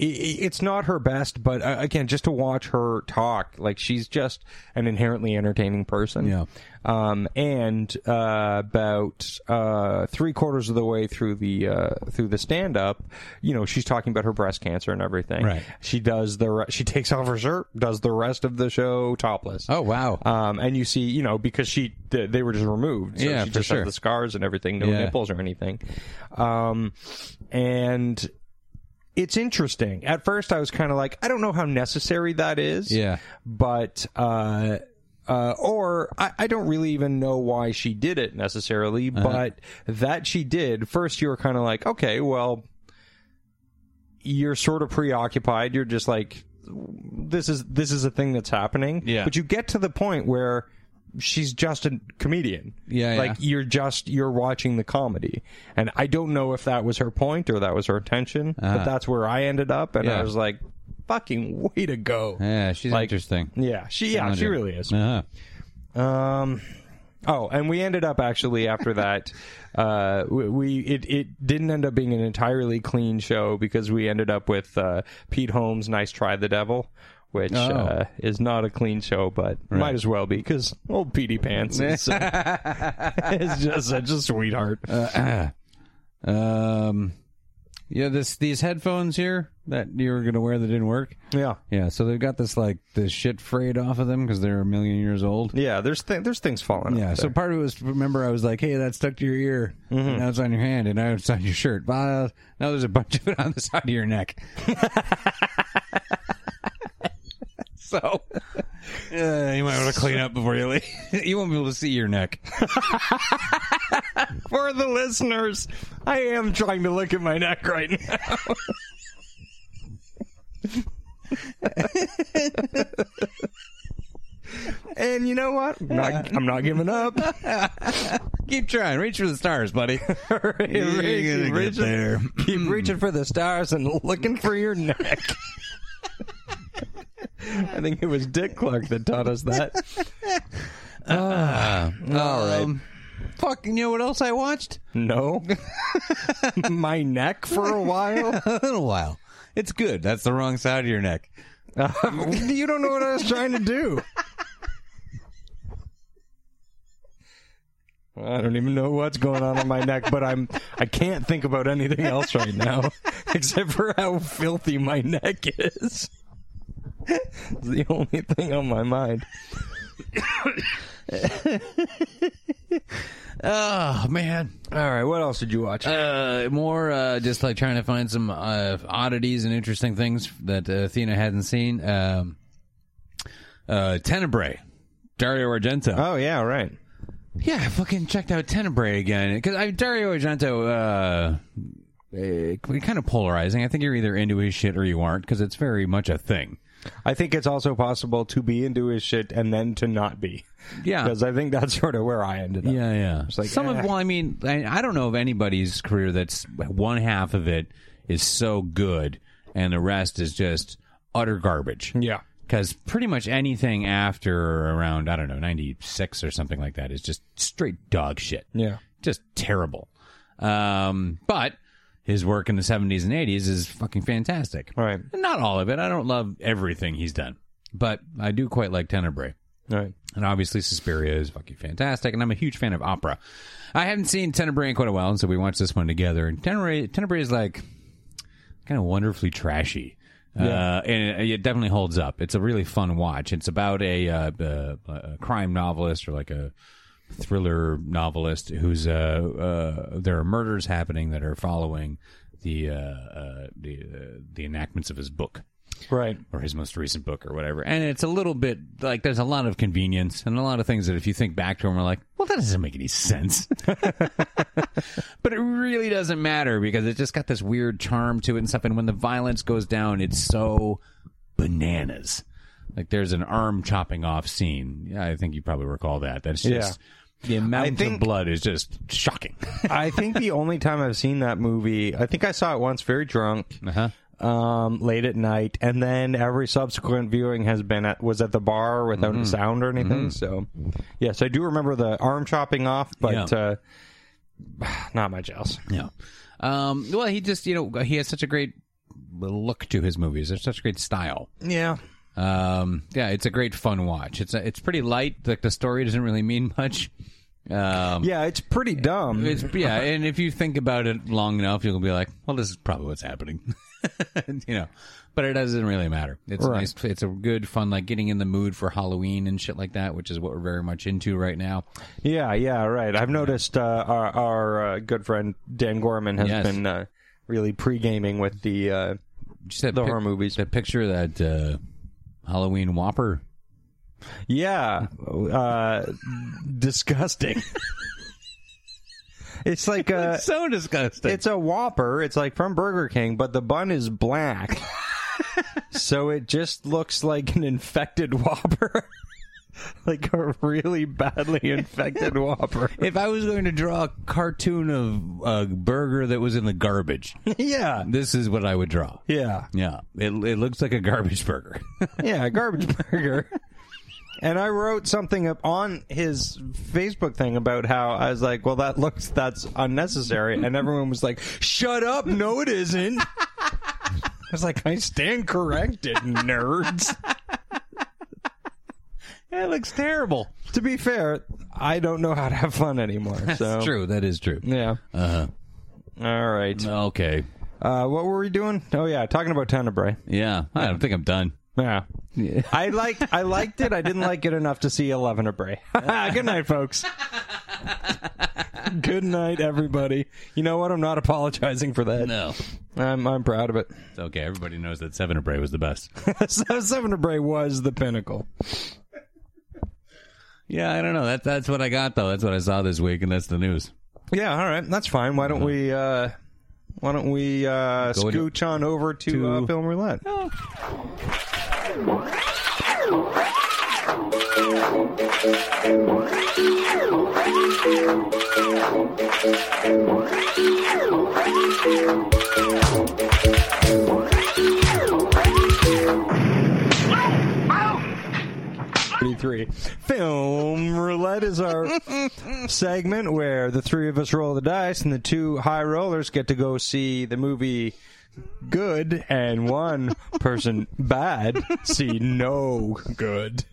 [SPEAKER 1] i- i it's not her best, but uh, again, just to watch her talk, like she's just an inherently entertaining person.
[SPEAKER 2] Yeah.
[SPEAKER 1] Um, and uh, about uh, three quarters of the way through the uh, through the stand up, you know, she's talking about her breast cancer and everything.
[SPEAKER 2] Right.
[SPEAKER 1] She does the re- she takes off her shirt, does the rest of the show topless.
[SPEAKER 2] Oh wow.
[SPEAKER 1] Um, and you see, you know, because she th- they were just removed, so
[SPEAKER 2] Yeah,
[SPEAKER 1] she
[SPEAKER 2] for
[SPEAKER 1] just has
[SPEAKER 2] sure.
[SPEAKER 1] the scars and everything, no
[SPEAKER 2] Yeah.
[SPEAKER 1] nipples or anything. Um, and it's interesting. At first, I was kind of like, I don't know how necessary that is.
[SPEAKER 2] Yeah.
[SPEAKER 1] but. Uh, uh, or I, I don't really even know why she did it necessarily,
[SPEAKER 2] Uh-huh.
[SPEAKER 1] but that she did. First, you were kind of like, okay, well, you're sort of preoccupied. You're just like, this is this is a thing that's happening.
[SPEAKER 2] Yeah.
[SPEAKER 1] But you get to the point where she's just a comedian.
[SPEAKER 2] Yeah,
[SPEAKER 1] Like
[SPEAKER 2] yeah.
[SPEAKER 1] you're just you're watching the comedy, and I don't know if that was her point or that was her intention, but that's where I ended up, and I
[SPEAKER 2] Uh-huh. Yeah.
[SPEAKER 1] was like, fucking way to go.
[SPEAKER 2] yeah, she's
[SPEAKER 1] like-
[SPEAKER 2] interesting.
[SPEAKER 1] Yeah. She yeah she really is.
[SPEAKER 2] Uh-huh.
[SPEAKER 1] Um, oh, and we ended up actually after that, uh, we, we it it didn't end up being an entirely clean show because we ended up with uh, Pete Holmes' "Nice Try the Devil." Which
[SPEAKER 2] Oh.
[SPEAKER 1] uh, is not a clean show, but might as well be because old Petey Pants is, uh, is just such a sweetheart.
[SPEAKER 2] Uh-huh. Um, yeah. This these headphones here that you were gonna wear that didn't work.
[SPEAKER 1] yeah,
[SPEAKER 2] Yeah. So they've got this like this shit frayed off of them because they're a million years old.
[SPEAKER 1] yeah. There's th- there's things falling.
[SPEAKER 2] Yeah,
[SPEAKER 1] out
[SPEAKER 2] so part of it was remember I was like, "Hey, that's stuck to your ear. and Now it's on your hand, and now it's on your shirt. Well, now there's a bunch of it on the side of your neck." so Uh, you might want to clean up before you leave. you won't be able to see your neck.
[SPEAKER 1] For the listeners, I am trying to look at my neck right now. and you know what? I'm not, I'm not giving up.
[SPEAKER 2] Keep trying. Reach for the stars, buddy.
[SPEAKER 1] You're
[SPEAKER 2] gonna get there.
[SPEAKER 1] Keep reaching for the stars and looking for your neck. I think it was Dick Clark that taught us that.
[SPEAKER 2] All right. fuck, Um, you know what else I watched?
[SPEAKER 1] No. my neck for a while?
[SPEAKER 2] A little while. It's good. That's the wrong side of your neck.
[SPEAKER 1] you don't know what I was trying to do. I don't even know what's going on on my neck, but I'm I can't think about anything else right now except for how filthy my neck is. It's the only thing on my mind.
[SPEAKER 2] Oh man.
[SPEAKER 1] All right, what else did you watch?
[SPEAKER 2] Uh, more uh, just like trying to find some uh, oddities and interesting things that uh, Athena hadn't seen. Um, uh, Tenebrae, Dario Argento.
[SPEAKER 1] oh yeah, right.
[SPEAKER 2] Yeah, I fucking checked out Tenebrae again because I Dario Argento. Uh, eh, kind of polarizing. I think you're either into his shit or you aren't because it's very much a thing.
[SPEAKER 1] I think it's also possible to be into his shit and then to not be.
[SPEAKER 2] Yeah.
[SPEAKER 1] Because I think that's sort of where I ended up.
[SPEAKER 2] Yeah, yeah.
[SPEAKER 1] like,
[SPEAKER 2] Some
[SPEAKER 1] eh.
[SPEAKER 2] of well, I mean, I, I don't know of anybody's career that's one half of it is so good and the rest is just utter garbage.
[SPEAKER 1] Yeah.
[SPEAKER 2] Because pretty much anything after around I don't know ninety six or something like that is just straight dog shit.
[SPEAKER 1] Yeah.
[SPEAKER 2] just terrible. Um, but his work in the seventies and eighties is fucking fantastic.
[SPEAKER 1] Right.
[SPEAKER 2] Not all of it. I don't love everything he's done, but I do quite like Tenebrae.
[SPEAKER 1] Right.
[SPEAKER 2] And obviously, Suspiria is fucking fantastic, and I'm a huge fan of opera. I haven't seen Tenebrae in quite a while, and so we watched this one together. And Tenebrae, Tenebrae is like kind of wonderfully trashy, uh, and it, it definitely holds up. It's a really fun watch. It's about a, uh, uh a crime novelist or like a thriller novelist who's uh, uh there are murders happening that are following the uh, uh the uh, the enactments of his book
[SPEAKER 1] Right.
[SPEAKER 2] or his most recent book or whatever. And it's a little bit like there's a lot of convenience and a lot of things that if you think back to them, we're like, well, that doesn't make any sense. but it really doesn't matter because it's just got this weird charm to it and stuff. And when the violence goes down, it's so bananas. Like there's an arm chopping off scene. Yeah, I think you probably recall that. That's just the amount of
[SPEAKER 1] think-
[SPEAKER 2] blood is just shocking.
[SPEAKER 1] I think the only time I've seen that movie, I think I saw it once very drunk,
[SPEAKER 2] uh-huh.
[SPEAKER 1] um, late at night, and then every subsequent viewing has been at, was at the bar without
[SPEAKER 2] Mm-hmm.
[SPEAKER 1] a sound or anything. So, yes, I do remember the arm chopping off, but
[SPEAKER 2] Yeah.
[SPEAKER 1] uh, not much else.
[SPEAKER 2] Yeah. Um, well, he just, you know, he has such a great look to his movies. There's such a great style.
[SPEAKER 1] Yeah.
[SPEAKER 2] Um, yeah, it's a great fun watch. It's a, it's pretty light. Like the story doesn't really mean much. Um,
[SPEAKER 1] Yeah, it's pretty dumb.
[SPEAKER 2] it's yeah, and if you think about it long enough, you'll be like, well, this is probably what's happening, you know. But it doesn't really matter. It's
[SPEAKER 1] Right.
[SPEAKER 2] a nice. It's a good fun, like getting in the mood for Halloween and shit like that, which is what we're very much into right now.
[SPEAKER 1] Yeah, yeah, right. I've noticed uh, our, our uh, good friend Dan Gorman has
[SPEAKER 2] Yes.
[SPEAKER 1] been uh, really pre gaming with the. Uh,
[SPEAKER 2] Just that
[SPEAKER 1] The horror movies.
[SPEAKER 2] That picture of that uh, Halloween Whopper.
[SPEAKER 1] Yeah. Uh, disgusting. it's like a
[SPEAKER 2] so disgusting.
[SPEAKER 1] it's a Whopper. It's like from Burger King, but the bun is black. so it just looks like an infected Whopper. like a really badly infected Whopper.
[SPEAKER 2] if I was going to draw a cartoon of a burger that was in the garbage,
[SPEAKER 1] yeah.
[SPEAKER 2] this is what I would draw.
[SPEAKER 1] Yeah.
[SPEAKER 2] Yeah, it, it looks like a garbage burger.
[SPEAKER 1] Yeah, garbage burger. And I wrote something up on his Facebook thing about how I was like, "Well, that looks that's unnecessary," and everyone was like, "Shut up! No, it isn't." I was like, "I stand corrected, nerds."
[SPEAKER 2] it looks terrible.
[SPEAKER 1] to be fair, I don't know how to have fun anymore. so
[SPEAKER 2] That's true. Uh, That is true.
[SPEAKER 1] Oh. Yeah. All right.
[SPEAKER 2] Uh-huh. Okay.
[SPEAKER 1] Uh, what were we doing? Oh yeah, talking about Tenebrae.
[SPEAKER 2] Yeah, I don't think I'm done.
[SPEAKER 1] Yeah. I liked I liked it. I didn't like it enough to see Eleven Abray. Good night, folks. Good night, everybody. You know what? I'm not apologizing for that.
[SPEAKER 2] No,
[SPEAKER 1] I'm I'm proud of it.
[SPEAKER 2] it's okay. Everybody knows that Seven of Bray was the best.
[SPEAKER 1] Seven Abray was the pinnacle.
[SPEAKER 2] Yeah, I don't know. That that's what I got though. That's what I saw this week, and that's the news.
[SPEAKER 1] Yeah, all right, that's fine. Why don't we? Uh, why don't we uh,
[SPEAKER 2] Uh-huh. Go into-
[SPEAKER 1] scooch on over to,
[SPEAKER 2] to-
[SPEAKER 1] uh, film roulette? Thirty-three. Film roulette is our segment where the three of us roll the dice, and the two high rollers get to go see the movie good, and one person bad see no good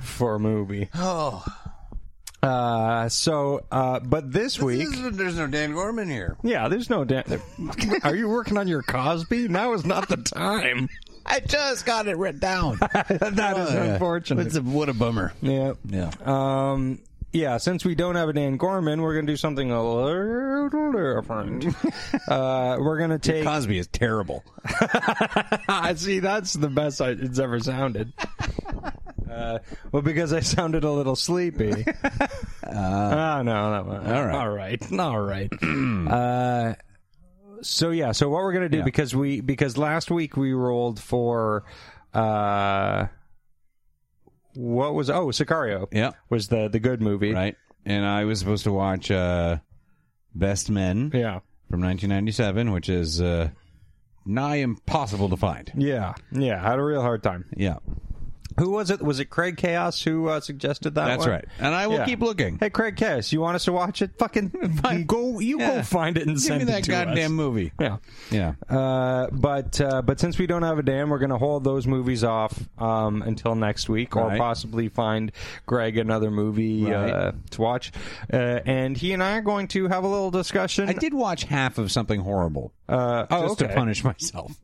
[SPEAKER 1] for a movie.
[SPEAKER 2] Oh,
[SPEAKER 1] Uh, so, uh, but this week,
[SPEAKER 2] there's no Dan Gorman here.
[SPEAKER 1] yeah, there's no. Dan- Are you working on your Cosby? Now is not the time.
[SPEAKER 2] I just got it written down. Oh,
[SPEAKER 1] that is unfortunate.
[SPEAKER 2] It's a, what a bummer. Uh,
[SPEAKER 1] yeah.
[SPEAKER 2] Yeah.
[SPEAKER 1] Um, yeah, since we don't have a Dan Gorman, we're going to do something a little different. uh, we're going to take.
[SPEAKER 2] Cosby is terrible.
[SPEAKER 1] I see. That's the best I, it's ever sounded. Uh, well, because I sounded a little sleepy. Ah, no, no, no.
[SPEAKER 2] All right.
[SPEAKER 1] all right, all right. uh, so yeah, so what we're gonna do because we because last week we rolled for uh, what was oh Sicario
[SPEAKER 2] Yeah.
[SPEAKER 1] was the the good movie
[SPEAKER 2] Right. And I was supposed to watch uh, Best Men
[SPEAKER 1] yeah
[SPEAKER 2] from 1997, which is uh, nigh impossible to find.
[SPEAKER 1] yeah yeah had a real hard time.
[SPEAKER 2] Yeah.
[SPEAKER 1] Who was it? Was it Craig Chaos who uh, suggested that?
[SPEAKER 2] That's
[SPEAKER 1] one?
[SPEAKER 2] right. And I will
[SPEAKER 1] Yeah.
[SPEAKER 2] keep looking.
[SPEAKER 1] Hey, Craig Cass, you want us to watch it? Fucking go, you
[SPEAKER 2] Yeah.
[SPEAKER 1] go find it and
[SPEAKER 2] Give
[SPEAKER 1] send
[SPEAKER 2] me
[SPEAKER 1] it
[SPEAKER 2] that
[SPEAKER 1] to us.
[SPEAKER 2] goddamn movie.
[SPEAKER 1] Yeah.
[SPEAKER 2] Yeah.
[SPEAKER 1] Uh, but uh, but since we don't have a dam, we're going to hold those movies off um, until next week, or
[SPEAKER 2] Right.
[SPEAKER 1] possibly find Greg another movie uh,
[SPEAKER 2] Right.
[SPEAKER 1] to watch. Uh, and he and I are going to have a little discussion.
[SPEAKER 2] I did watch half of something horrible
[SPEAKER 1] Uh, oh,
[SPEAKER 2] just
[SPEAKER 1] okay.
[SPEAKER 2] to punish myself.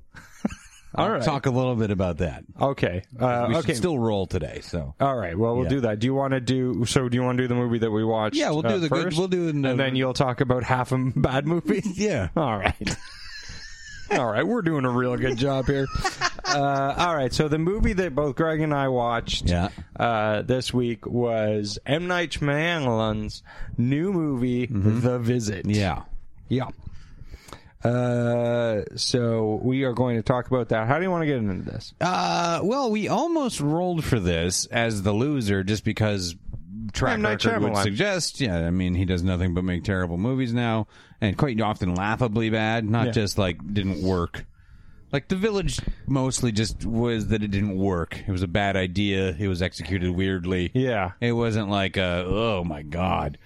[SPEAKER 1] All
[SPEAKER 2] I'll
[SPEAKER 1] right.
[SPEAKER 2] Talk a little bit about that.
[SPEAKER 1] Okay.
[SPEAKER 2] We
[SPEAKER 1] Uh,
[SPEAKER 2] should
[SPEAKER 1] okay. Uh,
[SPEAKER 2] still roll today, so
[SPEAKER 1] All right. Well, we'll
[SPEAKER 2] Yeah.
[SPEAKER 1] do that. Do you want to do? So, do you want to do the movie that we watched?
[SPEAKER 2] Yeah, we'll do
[SPEAKER 1] uh,
[SPEAKER 2] the good-
[SPEAKER 1] first?
[SPEAKER 2] we'll do the-
[SPEAKER 1] and then you'll talk about half a bad movie.
[SPEAKER 2] yeah.
[SPEAKER 1] All right. all right, we're doing a real good job here. Uh, all right, so the movie that both Greg and I watched
[SPEAKER 2] Yeah.
[SPEAKER 1] uh, this week was M. Night Shyamalan's new movie, The Visit.
[SPEAKER 2] Mm-hmm. Yeah.
[SPEAKER 1] Yeah. Uh, so we are going to talk about that. How do you want to get into this?
[SPEAKER 2] Uh, well, we almost rolled for this as the loser just because track
[SPEAKER 1] M. Night
[SPEAKER 2] record would
[SPEAKER 1] Shyamalan.
[SPEAKER 2] suggest. Yeah, I mean, he does nothing but make terrible movies now, and quite often laughably bad. Not
[SPEAKER 1] Yeah.
[SPEAKER 2] just like didn't work. Like the village, mostly just was that it didn't work. It was a bad idea. It was executed weirdly.
[SPEAKER 1] Yeah.
[SPEAKER 2] It wasn't like a oh my god.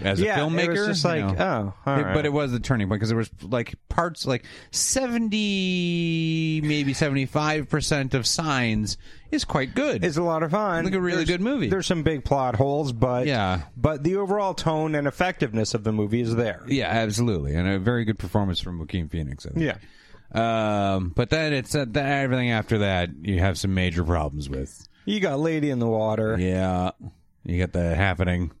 [SPEAKER 2] As
[SPEAKER 1] Yeah,
[SPEAKER 2] a
[SPEAKER 1] it was
[SPEAKER 2] filmmaker,
[SPEAKER 1] just
[SPEAKER 2] you
[SPEAKER 1] like,
[SPEAKER 2] know.
[SPEAKER 1] oh, all
[SPEAKER 2] It-
[SPEAKER 1] right.
[SPEAKER 2] but it was the turning point because there was like parts like seventy, maybe seventy five percent of signs is quite good.
[SPEAKER 1] It's a lot of fun.
[SPEAKER 2] Like a really
[SPEAKER 1] There's-
[SPEAKER 2] good movie.
[SPEAKER 1] There's some big plot holes, but
[SPEAKER 2] Yeah.
[SPEAKER 1] but the overall tone and effectiveness of the movie is there.
[SPEAKER 2] yeah, absolutely, and a very good performance from Joaquin Phoenix. I think.
[SPEAKER 1] Yeah.
[SPEAKER 2] Um, but then it's uh, then everything after that you have some major problems with.
[SPEAKER 1] You got Lady in the Water.
[SPEAKER 2] Yeah, you got the happening.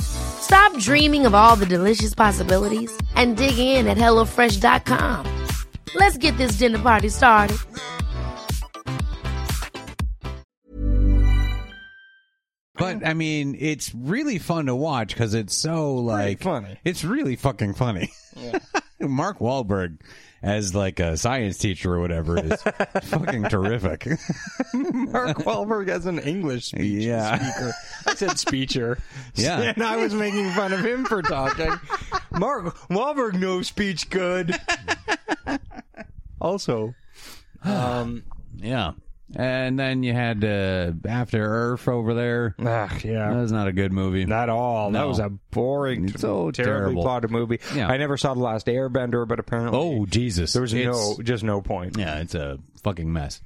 [SPEAKER 3] Stop dreaming of all the delicious possibilities and dig in at HelloFresh.com. Let's get this dinner party started.
[SPEAKER 2] But I mean, it's really fun to watch because it's so like
[SPEAKER 1] funny.
[SPEAKER 2] It's really fucking funny. Mark Wahlberg as like a science teacher or whatever is fucking terrific.
[SPEAKER 1] Mark Wahlberg as an English speech
[SPEAKER 2] Yeah.
[SPEAKER 1] speaker. I said speecher.
[SPEAKER 2] Yeah.
[SPEAKER 1] And I was making fun of him for talking. Mark Wahlberg, no speech good. also, um,
[SPEAKER 2] yeah. And then you had uh, After Earth over there.
[SPEAKER 1] ugh,
[SPEAKER 2] That
[SPEAKER 1] yeah.
[SPEAKER 2] was not a good movie.
[SPEAKER 1] Not all. That
[SPEAKER 2] No.
[SPEAKER 1] was a boring,
[SPEAKER 2] It's so
[SPEAKER 1] terribly
[SPEAKER 2] terrible.
[SPEAKER 1] plotted movie.
[SPEAKER 2] Yeah.
[SPEAKER 1] I never saw The Last Airbender, but apparently
[SPEAKER 2] oh Jesus!
[SPEAKER 1] there was
[SPEAKER 2] It's-
[SPEAKER 1] no, just no point.
[SPEAKER 2] Yeah, it's a fucking mess.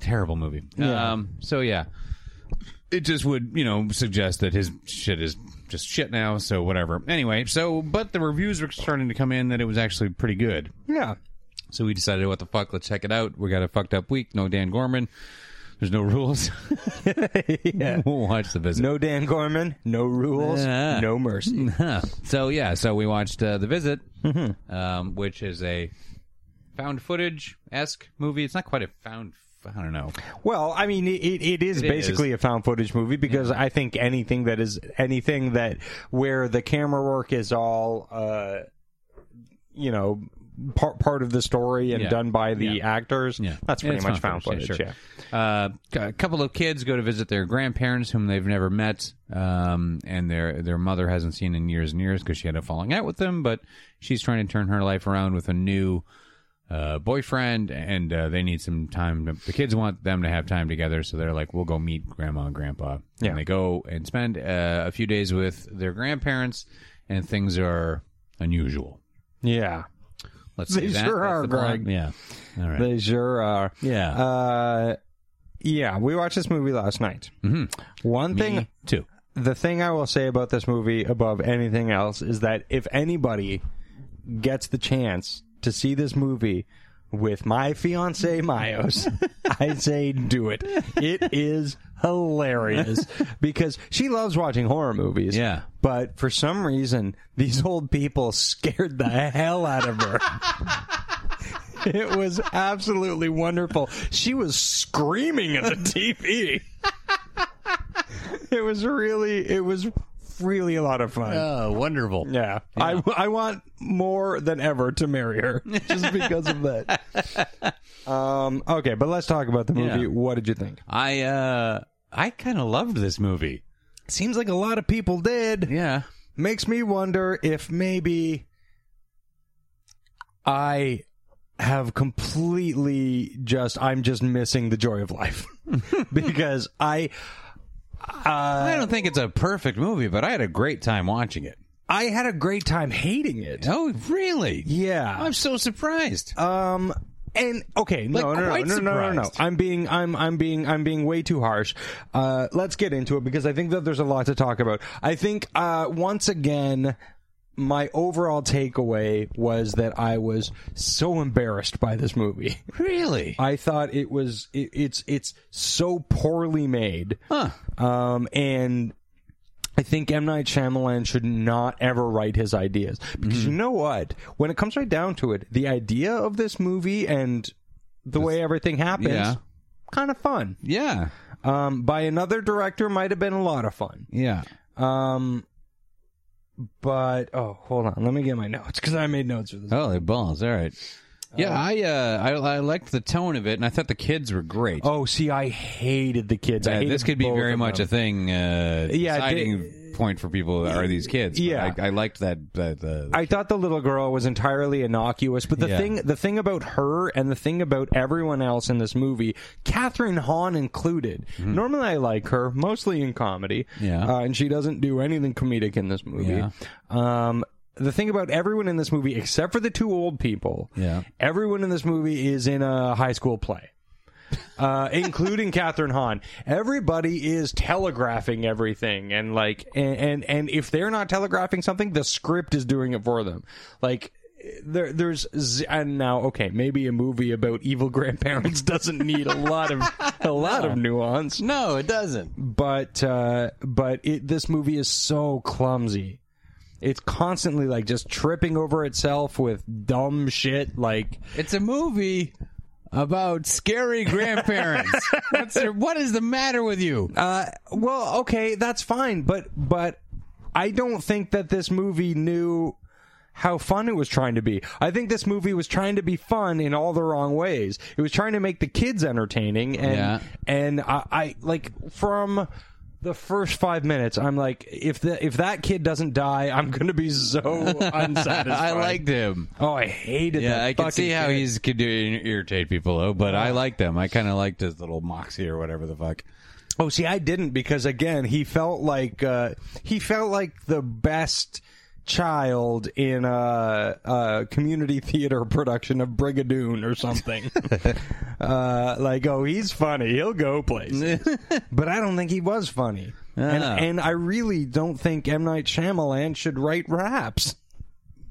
[SPEAKER 2] Terrible movie.
[SPEAKER 1] Yeah.
[SPEAKER 2] Um, so yeah, it just would you know suggest that his shit is just shit now. So whatever. Anyway, so but the reviews were starting to come in that it was actually pretty good.
[SPEAKER 1] Yeah.
[SPEAKER 2] So we decided, what the fuck? Let's check it out. We got a fucked up week. No Dan Gorman. There's no rules.
[SPEAKER 1] yeah.
[SPEAKER 2] we'll watch the visit.
[SPEAKER 1] No Dan Gorman, no rules,
[SPEAKER 2] Yeah.
[SPEAKER 1] no mercy.
[SPEAKER 2] Huh. so yeah, so we watched uh, the visit, um, which is a found footage esque movie. It's not quite a found. I don't know.
[SPEAKER 1] Well, I mean, it, it, it is
[SPEAKER 2] It
[SPEAKER 1] basically a found footage movie because I think anything that is anything that where the camera work is all, uh, you know, part part of the story and
[SPEAKER 2] Yeah.
[SPEAKER 1] done by the
[SPEAKER 2] Yeah.
[SPEAKER 1] actors.
[SPEAKER 2] Yeah.
[SPEAKER 1] that's pretty
[SPEAKER 2] It's
[SPEAKER 1] much found footage.
[SPEAKER 2] sure.
[SPEAKER 1] Yeah.
[SPEAKER 2] Uh, c- a couple of kids go to visit their grandparents whom they've never met, um, and their their mother hasn't seen in years and years because she had a falling out with them. But she's trying to turn her life around with a new uh, boyfriend, and uh, they need some time. To, the kids want them to have time together, so they're like, "We'll go meet grandma and grandpa."
[SPEAKER 1] Yeah.
[SPEAKER 2] And they go and spend uh, a few days with their grandparents, and things are unusual.
[SPEAKER 1] Yeah.
[SPEAKER 2] Let's
[SPEAKER 1] They
[SPEAKER 2] say that.
[SPEAKER 1] sure
[SPEAKER 2] That's
[SPEAKER 1] are,
[SPEAKER 2] the plot.
[SPEAKER 1] Greg.
[SPEAKER 2] Yeah. All right.
[SPEAKER 1] They sure are.
[SPEAKER 2] yeah.
[SPEAKER 1] Uh, yeah, we watched this movie last night. Mm-hmm. One thing,
[SPEAKER 2] Two.
[SPEAKER 1] the thing I will say about this movie above anything else is that if anybody gets the chance to see this movie with my fiance Mayos, I say do it. It is hilarious because she loves watching horror movies.
[SPEAKER 2] Yeah.
[SPEAKER 1] But for some reason, these old people scared the hell out of her. It was absolutely wonderful. She was screaming at the TV. it was really, it was really a lot of fun.
[SPEAKER 2] Oh, wonderful.
[SPEAKER 1] yeah. I, I want more than ever to marry her just because of that. Um, okay, but let's talk about the movie.
[SPEAKER 2] Yeah.
[SPEAKER 1] What did you think?
[SPEAKER 2] I uh I kind of loved this movie.
[SPEAKER 1] Seems like a lot of people did.
[SPEAKER 2] Yeah.
[SPEAKER 1] makes me wonder if maybe I have completely just I'm just missing the joy of life because I
[SPEAKER 2] I don't think it's a perfect movie, but I had a great time watching it.
[SPEAKER 1] I had a great time hating it.
[SPEAKER 2] Oh, really?
[SPEAKER 1] Yeah.
[SPEAKER 2] I'm so surprised.
[SPEAKER 1] Um and okay, no,
[SPEAKER 2] Like,
[SPEAKER 1] no, no,
[SPEAKER 2] quite
[SPEAKER 1] no, no, no, no,
[SPEAKER 2] surprised.
[SPEAKER 1] I'm being, I'm, I'm being, I'm being way too harsh. Uh, let's get into it because I think that there's a lot to talk about. I think, uh, once again, my overall takeaway was that I was so embarrassed by this movie.
[SPEAKER 2] really?
[SPEAKER 1] I thought it was it, it's it's so poorly made.
[SPEAKER 2] Huh.
[SPEAKER 1] Um and I think M Night Shyamalan should not ever write his ideas because
[SPEAKER 2] Mm-hmm.
[SPEAKER 1] you know what? When it comes right down to it, the idea of this movie and the way everything happens,
[SPEAKER 2] Yeah.
[SPEAKER 1] kind of fun.
[SPEAKER 2] Yeah.
[SPEAKER 1] Um, by another director, might have been a lot of fun.
[SPEAKER 2] Yeah.
[SPEAKER 1] Um, but oh, hold on, let me get my notes because I made notes for this.
[SPEAKER 2] Holy balls. All right. Yeah, I uh I, I liked the tone of it and I thought the kids were great.
[SPEAKER 1] Oh, see, I hated the kids. I
[SPEAKER 2] Uh,
[SPEAKER 1] hated
[SPEAKER 2] this could be
[SPEAKER 1] both
[SPEAKER 2] very
[SPEAKER 1] of
[SPEAKER 2] much
[SPEAKER 1] them.
[SPEAKER 2] a thing uh
[SPEAKER 1] Yeah,
[SPEAKER 2] deciding point for people are these kids. but
[SPEAKER 1] Yeah.
[SPEAKER 2] I, I liked that that the
[SPEAKER 1] I thought the little girl was entirely innocuous, but the
[SPEAKER 2] Yeah.
[SPEAKER 1] thing the thing about her and the thing about everyone else in this movie, Catherine Hahn included. Normally, I like her mostly in comedy,
[SPEAKER 2] Mm-hmm. Yeah.
[SPEAKER 1] uh, and she doesn't do anything comedic in this movie.
[SPEAKER 2] Yeah.
[SPEAKER 1] Um, the thing about everyone in this movie, except for the two old people,
[SPEAKER 2] Yeah.
[SPEAKER 1] everyone in this movie is in a high school play. Uh, including Catherine Hahn, everybody is telegraphing everything, and like, and, and and if they're not telegraphing something, the script is doing it for them. Like, there, there's z- and now, okay, maybe a movie about evil grandparents doesn't need a lot of a lot of nuance,
[SPEAKER 2] No, it doesn't.
[SPEAKER 1] but uh, but it, this movie is so clumsy. It's constantly like just tripping over itself with dumb shit, like.
[SPEAKER 2] It's a movie about scary grandparents. What's your, what is the matter with you?
[SPEAKER 1] Well, okay, that's fine, but but I don't think that this movie knew how fun it was trying to be. I think this movie was trying to be fun in all the wrong ways. It was trying to make the kids entertaining, and
[SPEAKER 4] Yeah.
[SPEAKER 1] and I, I like from the first five minutes, I'm like, if the if that kid doesn't die, I'm gonna be so unsatisfied.
[SPEAKER 4] I liked him.
[SPEAKER 1] Oh, I hated that.
[SPEAKER 2] Yeah, I can
[SPEAKER 1] fucking
[SPEAKER 2] see how
[SPEAKER 1] kid.
[SPEAKER 2] he's could do, irritate people though, but I like them. I kind of liked his little moxie or whatever the fuck.
[SPEAKER 1] Oh, see, I didn't because again, he felt like uh, he felt like the best child in a, a community theater production of Brigadoon or something. uh, like, oh, he's funny; he'll go places. but I don't think he was funny, and, and I really don't think M Night Shyamalan should write raps.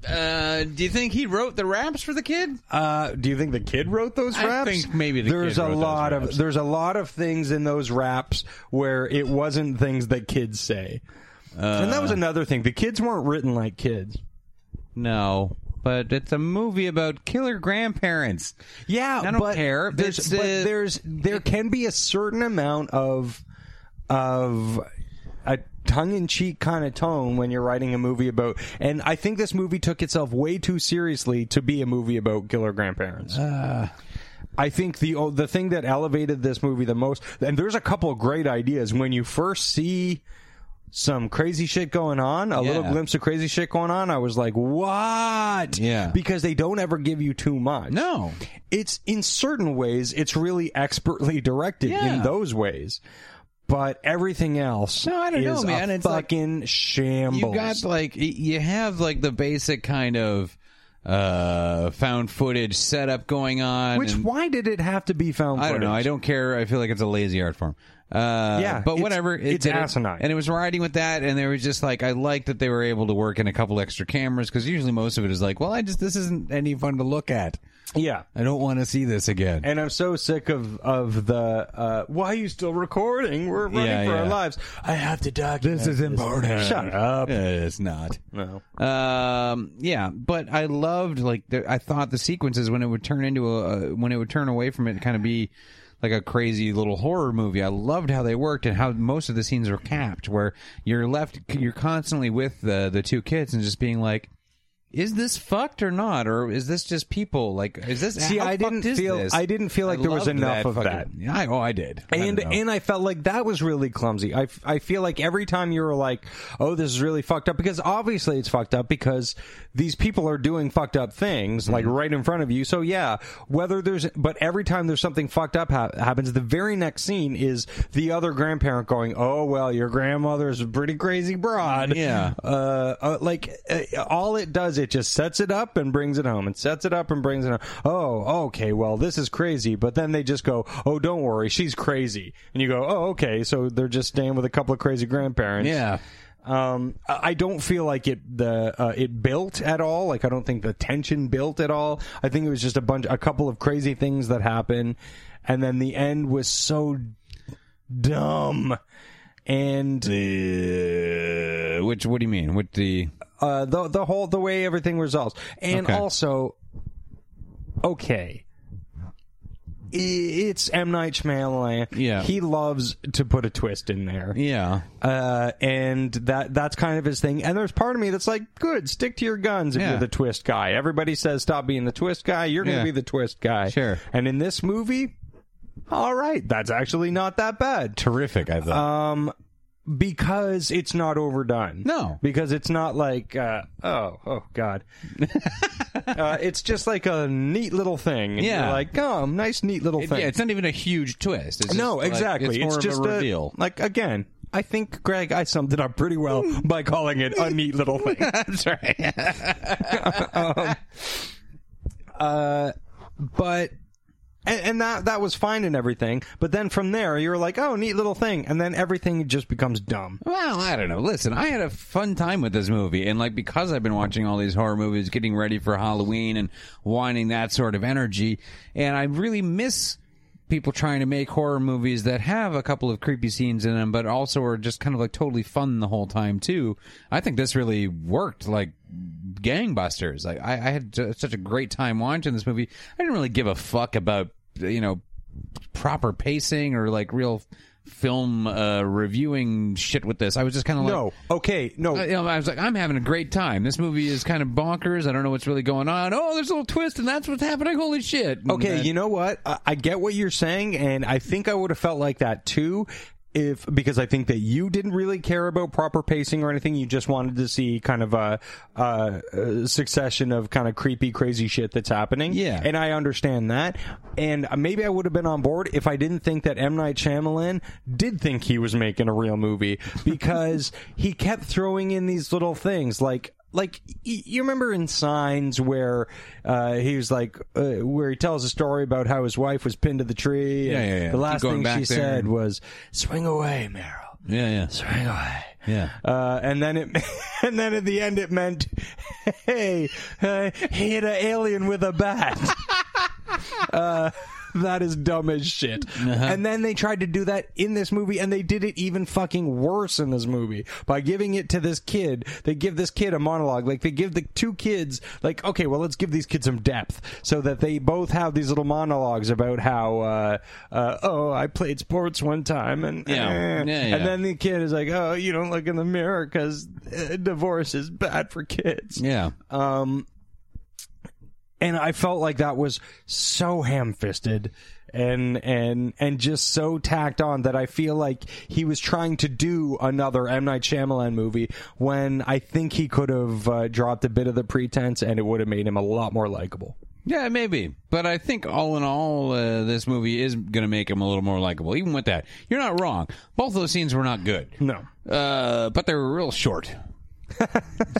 [SPEAKER 2] Uh, do you think he wrote the raps for the kid?
[SPEAKER 1] Uh, do you think the kid wrote those
[SPEAKER 2] I
[SPEAKER 1] raps?
[SPEAKER 2] think maybe the
[SPEAKER 1] there's
[SPEAKER 2] kid
[SPEAKER 1] a
[SPEAKER 2] wrote those
[SPEAKER 1] lot of
[SPEAKER 2] raps.
[SPEAKER 1] there's a lot of things in those raps where it wasn't things that kids say,
[SPEAKER 2] Uh.
[SPEAKER 1] and that was another thing. The kids weren't written like kids.
[SPEAKER 2] No, but it's a movie about killer grandparents.
[SPEAKER 1] Yeah,
[SPEAKER 2] I don't
[SPEAKER 1] but
[SPEAKER 2] care.
[SPEAKER 1] There's,
[SPEAKER 2] It's,
[SPEAKER 1] but
[SPEAKER 2] uh,
[SPEAKER 1] there's there can be a certain amount of of a tongue in cheek kind of tone when you're writing a movie about. And I think this movie took itself way too seriously to be a movie about killer grandparents.
[SPEAKER 2] Uh.
[SPEAKER 1] I think the oh, the thing that elevated this movie the most, and there's a couple of great ideas when you first see some crazy shit going on, a little
[SPEAKER 2] Yeah.
[SPEAKER 1] glimpse of crazy shit going on. I was like, what?
[SPEAKER 2] Yeah.
[SPEAKER 1] because they don't ever give you too much
[SPEAKER 2] No,
[SPEAKER 1] it's in certain ways it's really expertly directed in
[SPEAKER 2] Yeah.
[SPEAKER 1] those ways but everything else
[SPEAKER 2] No, I don't know,
[SPEAKER 1] is
[SPEAKER 2] man.
[SPEAKER 1] a
[SPEAKER 2] It's like-
[SPEAKER 1] fucking shambles
[SPEAKER 2] you got like y- you have like the basic kind of uh found footage setup going on.
[SPEAKER 1] which
[SPEAKER 2] and-
[SPEAKER 1] why did it have to be found
[SPEAKER 2] I don't know. I
[SPEAKER 1] footage?
[SPEAKER 2] don't care. I feel like it's a lazy art form. Uh,
[SPEAKER 1] Yeah,
[SPEAKER 2] but
[SPEAKER 1] it's-
[SPEAKER 2] whatever. It
[SPEAKER 1] it's
[SPEAKER 2] did it.
[SPEAKER 1] asinine.
[SPEAKER 2] and it was riding with that. And there was just like I liked that they were able to work in a couple extra cameras because usually most of it is like, well, I just this isn't any fun to look at.
[SPEAKER 1] yeah
[SPEAKER 2] I don't want to see this again.
[SPEAKER 1] and I'm so sick of of the uh, why are you still recording? We're running
[SPEAKER 2] Yeah,
[SPEAKER 1] for our
[SPEAKER 2] yeah.
[SPEAKER 1] lives. I have to document. This is
[SPEAKER 2] important.
[SPEAKER 1] Shut up.
[SPEAKER 2] Uh, it's not.
[SPEAKER 1] No.
[SPEAKER 2] Um, yeah, but I loved like the, I thought the sequences when it would turn into a, a when it would turn away from it and kind of be like a crazy little horror movie. I loved how they worked and how most of the scenes were capped where you're left you're constantly with the the two kids and just being like is this fucked or not or is this just people like is this
[SPEAKER 1] See,
[SPEAKER 2] how
[SPEAKER 1] I
[SPEAKER 2] fucked
[SPEAKER 1] didn't
[SPEAKER 2] is
[SPEAKER 1] feel-
[SPEAKER 2] this?
[SPEAKER 1] I didn't feel like there was
[SPEAKER 2] loved
[SPEAKER 1] enough of
[SPEAKER 2] fucking- I, oh, I did. I
[SPEAKER 1] and
[SPEAKER 2] don't know.
[SPEAKER 1] and I felt like that was really clumsy. I, f- I feel like every time you were like, oh, this is really fucked up because obviously it's fucked up because these people are doing fucked up things like
[SPEAKER 2] Mm-hmm.
[SPEAKER 1] right in front of you. So yeah, whether there's but every time there's something fucked up ha- happens, the very next scene is the other grandparent going, oh well, your grandmother's a pretty crazy broad.
[SPEAKER 2] Yeah.
[SPEAKER 1] uh, uh like uh, all it does, it just sets it up and brings it home, and sets it up and brings it home. Oh, okay, well this is crazy, but then they just go, oh, don't worry, she's crazy, and you go, oh, okay, so they're just staying with a couple of crazy grandparents.
[SPEAKER 2] yeah.
[SPEAKER 1] Um, I I don't feel like it the uh, it built at all. Like I don't think the tension built at all. I think it was just a bunch, a couple of crazy things that happen, and then the end was so dumb. And
[SPEAKER 2] Uh, which what do you mean? What the
[SPEAKER 1] uh, the the whole the way everything resolves, and
[SPEAKER 2] Okay.
[SPEAKER 1] also, okay, I- it's M Night Shyamalan.
[SPEAKER 2] Yeah.
[SPEAKER 1] he loves to put a twist in there,
[SPEAKER 2] yeah.
[SPEAKER 1] uh, and that that's kind of his thing. And there's part of me that's like, good, stick to your guns if
[SPEAKER 2] Yeah.
[SPEAKER 1] you're the twist guy. Everybody says stop being the twist guy. You're going to
[SPEAKER 2] Yeah.
[SPEAKER 1] be the twist guy.
[SPEAKER 2] Sure.
[SPEAKER 1] And in this movie, all right, that's actually not that bad Um,
[SPEAKER 2] Terrific, I thought.
[SPEAKER 1] because it's not overdone.
[SPEAKER 2] No.
[SPEAKER 1] because it's not like uh, oh oh god. uh, it's just like a neat little thing. And
[SPEAKER 2] Yeah.
[SPEAKER 1] you're like oh, nice neat little thing.
[SPEAKER 2] Yeah, it's not even a huge twist. It's
[SPEAKER 1] no,
[SPEAKER 2] just, like,
[SPEAKER 1] exactly.
[SPEAKER 2] it's more
[SPEAKER 1] just
[SPEAKER 2] of a reveal.
[SPEAKER 1] like again. I think Greg, I summed it up pretty well by calling it a neat little thing. Um,
[SPEAKER 2] That's right.
[SPEAKER 1] uh, but and, and that that was fine and everything. But then from there, you're like, oh, neat little thing, and then everything just becomes dumb.
[SPEAKER 2] well, I don't know. Listen, I had a fun time with this movie, and like because I've been watching all these horror movies, getting ready for Halloween and wanting that sort of energy, and I really miss people trying to make horror movies that have a couple of creepy scenes in them, but also are just kind of like totally fun the whole time too. I think this really worked. Like gangbusters. Like I, I had ju- such a great time watching this movie. I didn't really give a fuck about you know proper pacing or like real film uh, reviewing shit with this. I was just kind of like,
[SPEAKER 1] No. Okay. No.
[SPEAKER 2] I, you know, I was like, I'm having a great time. This movie is kind of bonkers. I don't know what's really going on. Oh, there's a little twist, and that's what's happening. Holy shit! And
[SPEAKER 1] Okay,
[SPEAKER 2] then-
[SPEAKER 1] you know what? I, I get what you're saying, and I think I would have felt like that too. If because I think that you didn't really care about proper pacing or anything, you just wanted to see kind of a, uh, a succession of kind of creepy, crazy shit that's happening.
[SPEAKER 2] Yeah.
[SPEAKER 1] and I understand that. And uh, maybe I would have been on board if I didn't think that M Night Shyamalan did think he was making a real movie because he kept throwing in these little things like like y- you remember in signs where uh, he was like uh, where he tells a story about how his wife was pinned to the tree and
[SPEAKER 2] Yeah, yeah, yeah.
[SPEAKER 1] the last
[SPEAKER 2] Keep going
[SPEAKER 1] thing
[SPEAKER 2] back
[SPEAKER 1] she
[SPEAKER 2] there.
[SPEAKER 1] said was swing away meryl
[SPEAKER 2] yeah,
[SPEAKER 1] swing away
[SPEAKER 2] yeah,
[SPEAKER 1] uh, and then it, and then at the end it meant, hey, uh, hit an alien with a bat. uh, that is dumb as shit.
[SPEAKER 2] Uh-huh.
[SPEAKER 1] And then they tried to do that in this movie, and they did it even fucking worse in this movie by giving it to this kid. They give this kid a monologue, like they give the two kids, like, okay, well, let's give these kids some depth so that they both have these little monologues about how, uh, uh, oh, I played sports one time, and
[SPEAKER 2] Yeah.
[SPEAKER 1] eh.
[SPEAKER 2] Yeah, yeah.
[SPEAKER 1] and then the kid is like, "Oh, you don't look in the mirror because divorce is bad for kids."
[SPEAKER 2] yeah.
[SPEAKER 1] Um, and I felt like that was so ham-fisted and and and just so tacked on that I feel like he was trying to do another M Night Shyamalan movie when I think he could have uh, dropped a bit of the pretense and it would have made him a lot more likable.
[SPEAKER 2] Yeah, maybe. But I think all in all, uh, this movie is going to make him a little more likable. Even with that, you're not wrong. Both of those scenes were not good.
[SPEAKER 1] No.
[SPEAKER 2] Uh, but they were real short.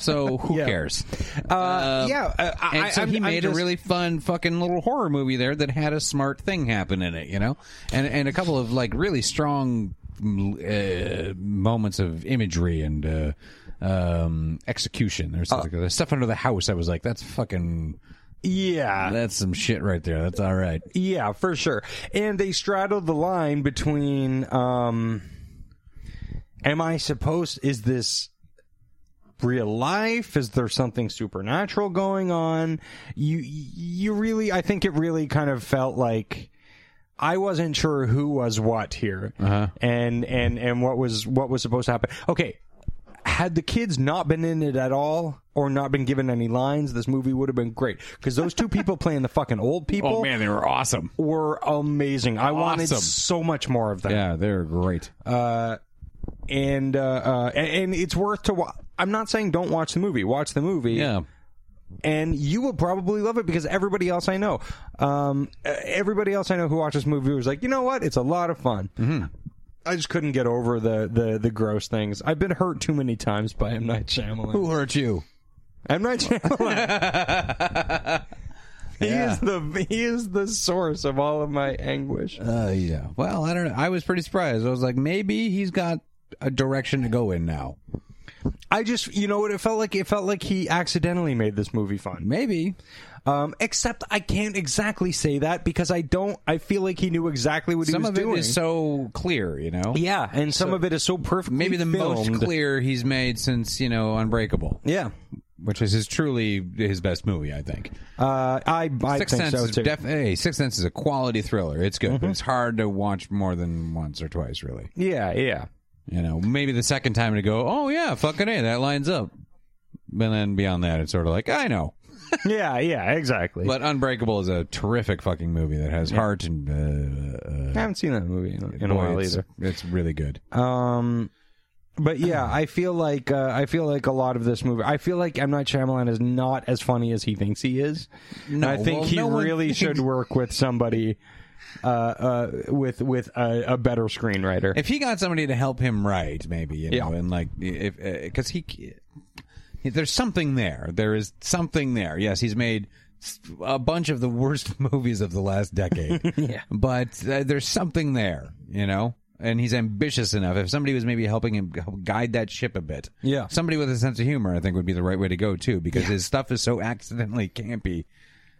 [SPEAKER 2] so who cares?
[SPEAKER 1] Uh, yeah, uh, I,
[SPEAKER 2] Um, And so
[SPEAKER 1] I'm-
[SPEAKER 2] he
[SPEAKER 1] I'm
[SPEAKER 2] made a
[SPEAKER 1] just-
[SPEAKER 2] really fun fucking little horror movie there that had a smart thing happen in it, you know, and and a couple of like really strong mm, uh, moments of imagery and uh, um, execution
[SPEAKER 1] Uh,
[SPEAKER 2] or something. like that. Stuff under the house. I was like, that's fucking.
[SPEAKER 1] yeah.
[SPEAKER 2] That's some shit right there. That's all right.
[SPEAKER 1] Yeah, for sure. And they straddled the line between um am I supposed is this real life? Is there something supernatural going on? You you really I think it really kind of felt like I wasn't sure who was what here,
[SPEAKER 2] Uh-huh.
[SPEAKER 1] and and and what was what was supposed to happen. Okay, had the kids not been in it at all, or not been given any lines, this movie would have been great because those two people playing the fucking old people
[SPEAKER 2] Oh man, they were awesome.
[SPEAKER 1] were amazing. I wanted
[SPEAKER 2] Awesome.
[SPEAKER 1] so much more of them.
[SPEAKER 2] Yeah, they were great.
[SPEAKER 1] And, uh, uh, and and it's worth to watch. I'm not saying don't watch the movie. Watch the movie.
[SPEAKER 2] yeah,
[SPEAKER 1] And you will probably love it because everybody else I know, um, uh, everybody else I know who watched this movie was like, you know what? It's a lot of fun.
[SPEAKER 2] Mm-hmm.
[SPEAKER 1] I just couldn't get over the, the, the gross things. I've been hurt too many times by M. Night Shyamalan.
[SPEAKER 2] who hurt you?
[SPEAKER 1] M. Night Shyamalan. he,
[SPEAKER 2] Yeah.
[SPEAKER 1] is the, he is the source of all of my anguish.
[SPEAKER 2] Uh, yeah. Well, I don't know. I was pretty surprised. I was like, maybe he's got a direction to go in now.
[SPEAKER 1] I just, you know what? It felt like it felt like he accidentally made this movie fun.
[SPEAKER 2] Maybe.
[SPEAKER 1] Um, except I can't exactly say that because I don't. I feel like he knew exactly what
[SPEAKER 2] Some
[SPEAKER 1] he was
[SPEAKER 2] of it is
[SPEAKER 1] doing.
[SPEAKER 2] so clear, you know.
[SPEAKER 1] yeah, and some of it is so perfectly
[SPEAKER 2] Maybe the
[SPEAKER 1] filmed.
[SPEAKER 2] most clear he's made since you know Unbreakable,
[SPEAKER 1] Yeah,
[SPEAKER 2] which is his truly his best movie, I think.
[SPEAKER 1] uh, I I
[SPEAKER 2] Sixth
[SPEAKER 1] think
[SPEAKER 2] Sense,
[SPEAKER 1] so
[SPEAKER 2] is
[SPEAKER 1] too. Mm-hmm.
[SPEAKER 2] def- hey, Sixth Sense is a quality thriller. It's good, but it's hard to watch more than once or twice, really.
[SPEAKER 1] yeah, yeah.
[SPEAKER 2] You know, maybe the second time to go, oh yeah, fucking a, that lines up. But then beyond that, it's sort of like I know.
[SPEAKER 1] Yeah, yeah, exactly.
[SPEAKER 2] But Unbreakable is a terrific fucking movie that has heart and uh, uh,
[SPEAKER 1] I haven't seen that movie in, a- in a
[SPEAKER 2] boy,
[SPEAKER 1] while
[SPEAKER 2] it's,
[SPEAKER 1] either.
[SPEAKER 2] It's really good.
[SPEAKER 1] Um, but yeah, I feel like uh, I feel like a lot of this movie. I feel like M Night Shyamalan is not as funny as he thinks he is.
[SPEAKER 2] No,
[SPEAKER 1] I think
[SPEAKER 2] well,
[SPEAKER 1] he
[SPEAKER 2] no one
[SPEAKER 1] really
[SPEAKER 2] thinks-
[SPEAKER 1] should work with somebody, uh, uh, with with a, a better screenwriter.
[SPEAKER 2] If he got somebody to help him write, maybe you know,
[SPEAKER 1] Yeah.
[SPEAKER 2] and like if because he there's something there. There is something there. Yes, he's made s- a bunch of the worst movies of the last decade. yeah, but uh, there's something there, you know. And he's ambitious enough. If somebody was maybe helping him g- help guide that ship a bit,
[SPEAKER 1] Yeah.
[SPEAKER 2] somebody with a sense of humor, I think, would be the right way to go too, because his stuff is so accidentally campy.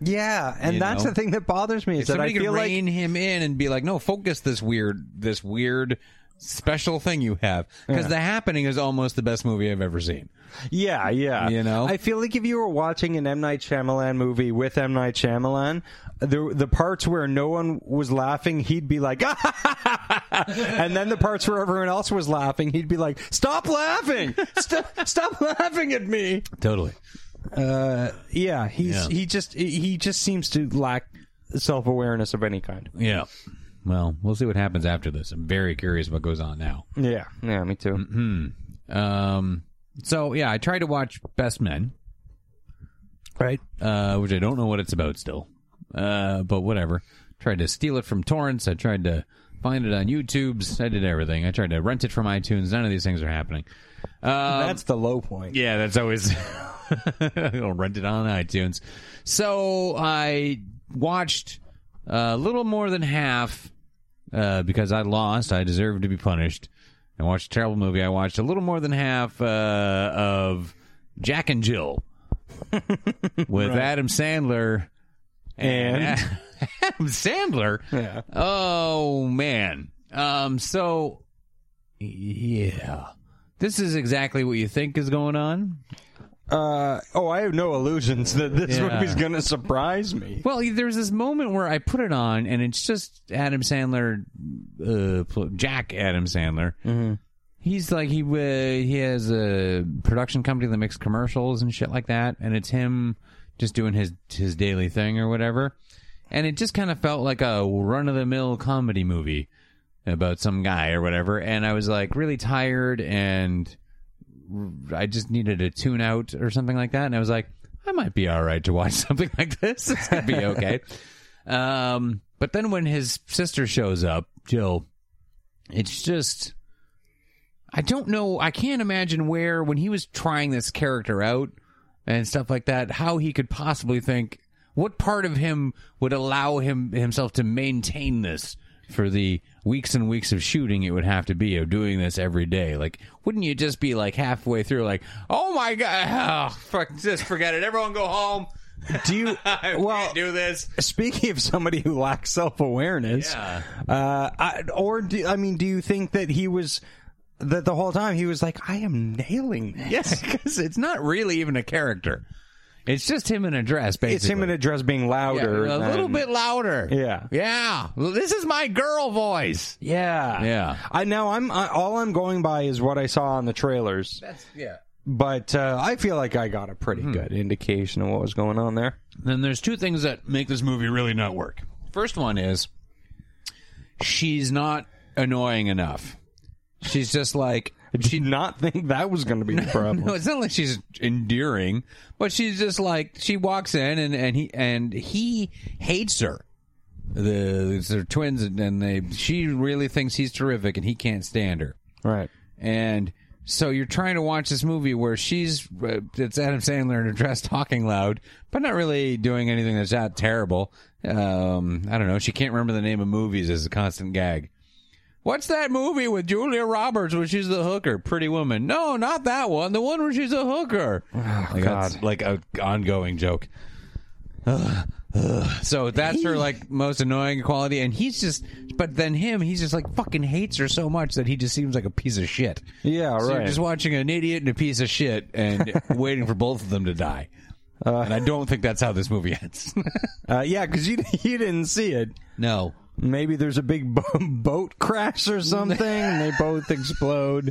[SPEAKER 1] yeah, and
[SPEAKER 2] You
[SPEAKER 1] that's
[SPEAKER 2] know?
[SPEAKER 1] the thing that bothers me is
[SPEAKER 2] If
[SPEAKER 1] that I
[SPEAKER 2] somebody could
[SPEAKER 1] feel like
[SPEAKER 2] rein him in and be like, "No, focus this weird, this weird special thing you have because The Happening is almost the best movie I've ever seen.
[SPEAKER 1] Yeah, yeah.
[SPEAKER 2] You know?
[SPEAKER 1] I feel like if you were watching an M Night Shyamalan movie with M Night Shyamalan, the the parts where no one was laughing, he'd be like, and then the parts where everyone else was laughing, he'd be like, stop laughing, stop, stop laughing at me.
[SPEAKER 2] Totally.
[SPEAKER 1] Uh, yeah, he's
[SPEAKER 2] Yeah.
[SPEAKER 1] he just he just seems to lack self awareness of any kind.
[SPEAKER 2] Yeah. Well, we'll see what happens after this. I'm very curious what goes on now.
[SPEAKER 1] Yeah, yeah, me too.
[SPEAKER 2] Mm-hmm. Um, so yeah, I tried to watch Best Men, right? Uh, which I don't know what it's about still, uh, but whatever. Tried to steal it from torrents. I tried to find it on YouTube's. I did everything. I tried to rent it from iTunes. None of these things are happening. Um,
[SPEAKER 1] That's the low point.
[SPEAKER 2] Yeah, that's always. I'll rent it on iTunes. So I watched a little more than half uh, because I lost. I deserved to be punished. I watched a terrible movie. I watched a little more than half uh, of Jack and Jill with Adam Sandler
[SPEAKER 1] And
[SPEAKER 2] Adam Sandler.
[SPEAKER 1] Yeah.
[SPEAKER 2] Oh man. Um. So, yeah, this is exactly what you think is going on.
[SPEAKER 1] uh, oh, I have no illusions that this
[SPEAKER 2] Yeah.
[SPEAKER 1] movie's gonna surprise me.
[SPEAKER 2] Well, there's this moment where I put it on, and it's just Adam Sandler, uh, pl- Jack Adam Sandler. He's like he uh, he has a production company that makes commercials and shit like that, and it's him just doing his his daily thing or whatever. And it just kind of felt like a run of the mill comedy movie about some guy or whatever. And I was like really tired and I just needed a tune out or something like that. And I was like, I might be all right to watch something like this. It's going to be okay. um, but then when his sister shows up, Jill, it's just. I don't know. I can't imagine where, when he was trying this character out and stuff like that, how he could possibly think what part of him would allow him himself to maintain this for the weeks and weeks of shooting it would have to be of doing this every day. Like, wouldn't you just be like halfway through, like, oh my god, oh, fuck, just forget it. Everyone go home.
[SPEAKER 1] Do you?
[SPEAKER 2] I
[SPEAKER 1] well,
[SPEAKER 2] can't do this.
[SPEAKER 1] speaking of somebody who lacks self awareness,
[SPEAKER 2] Yeah.
[SPEAKER 1] uh, I, or do, I mean, do you think that he was that the whole time he was like, I am nailing this.
[SPEAKER 2] Yes, because it's not really even a character. It's just him in a dress, basically.
[SPEAKER 1] It's him in a dress being louder,
[SPEAKER 2] Yeah, a
[SPEAKER 1] than-
[SPEAKER 2] little bit louder.
[SPEAKER 1] Yeah.
[SPEAKER 2] yeah. Well, This is my girl voice.
[SPEAKER 1] Yeah,
[SPEAKER 2] Yeah.
[SPEAKER 1] I now I'm I, all I'm going by is what I saw on the trailers,
[SPEAKER 2] That's yeah.
[SPEAKER 1] but uh, I feel like I got a pretty
[SPEAKER 2] Hmm.
[SPEAKER 1] good indication of what was going on there.
[SPEAKER 2] Then there's two things that make this movie really not work. First one is she's not annoying enough. She's just like
[SPEAKER 1] I did not think that was going to be the problem.
[SPEAKER 2] No, it's not like she's endearing, but she's just like she walks in and, and he and he hates her. The it's their twins and- and they she really thinks he's terrific and he can't stand her.
[SPEAKER 1] Right.
[SPEAKER 2] And so you're trying to watch this movie where she's uh, it's Adam Sandler in a dress talking loud, but not really doing anything that's that terrible. Um, I don't know. She can't remember the name of movies as a constant gag. What's that movie with Julia Roberts where she's the hooker? Pretty Woman. No, not that one. The one where she's a hooker. like, That's like a ongoing joke. Ugh, ugh. So that's her like most annoying quality, and he's just. But then him, he's just like fucking hates her so much that he just seems like a piece of shit.
[SPEAKER 1] Yeah,
[SPEAKER 2] So
[SPEAKER 1] right.
[SPEAKER 2] you're just watching an idiot and a piece of shit, and waiting for both of them to die. and I don't think that's how this movie ends.
[SPEAKER 1] Uh, yeah, because you you didn't see it.
[SPEAKER 2] no,
[SPEAKER 1] Maybe there's a big bo- boat crash or something, and they both explode.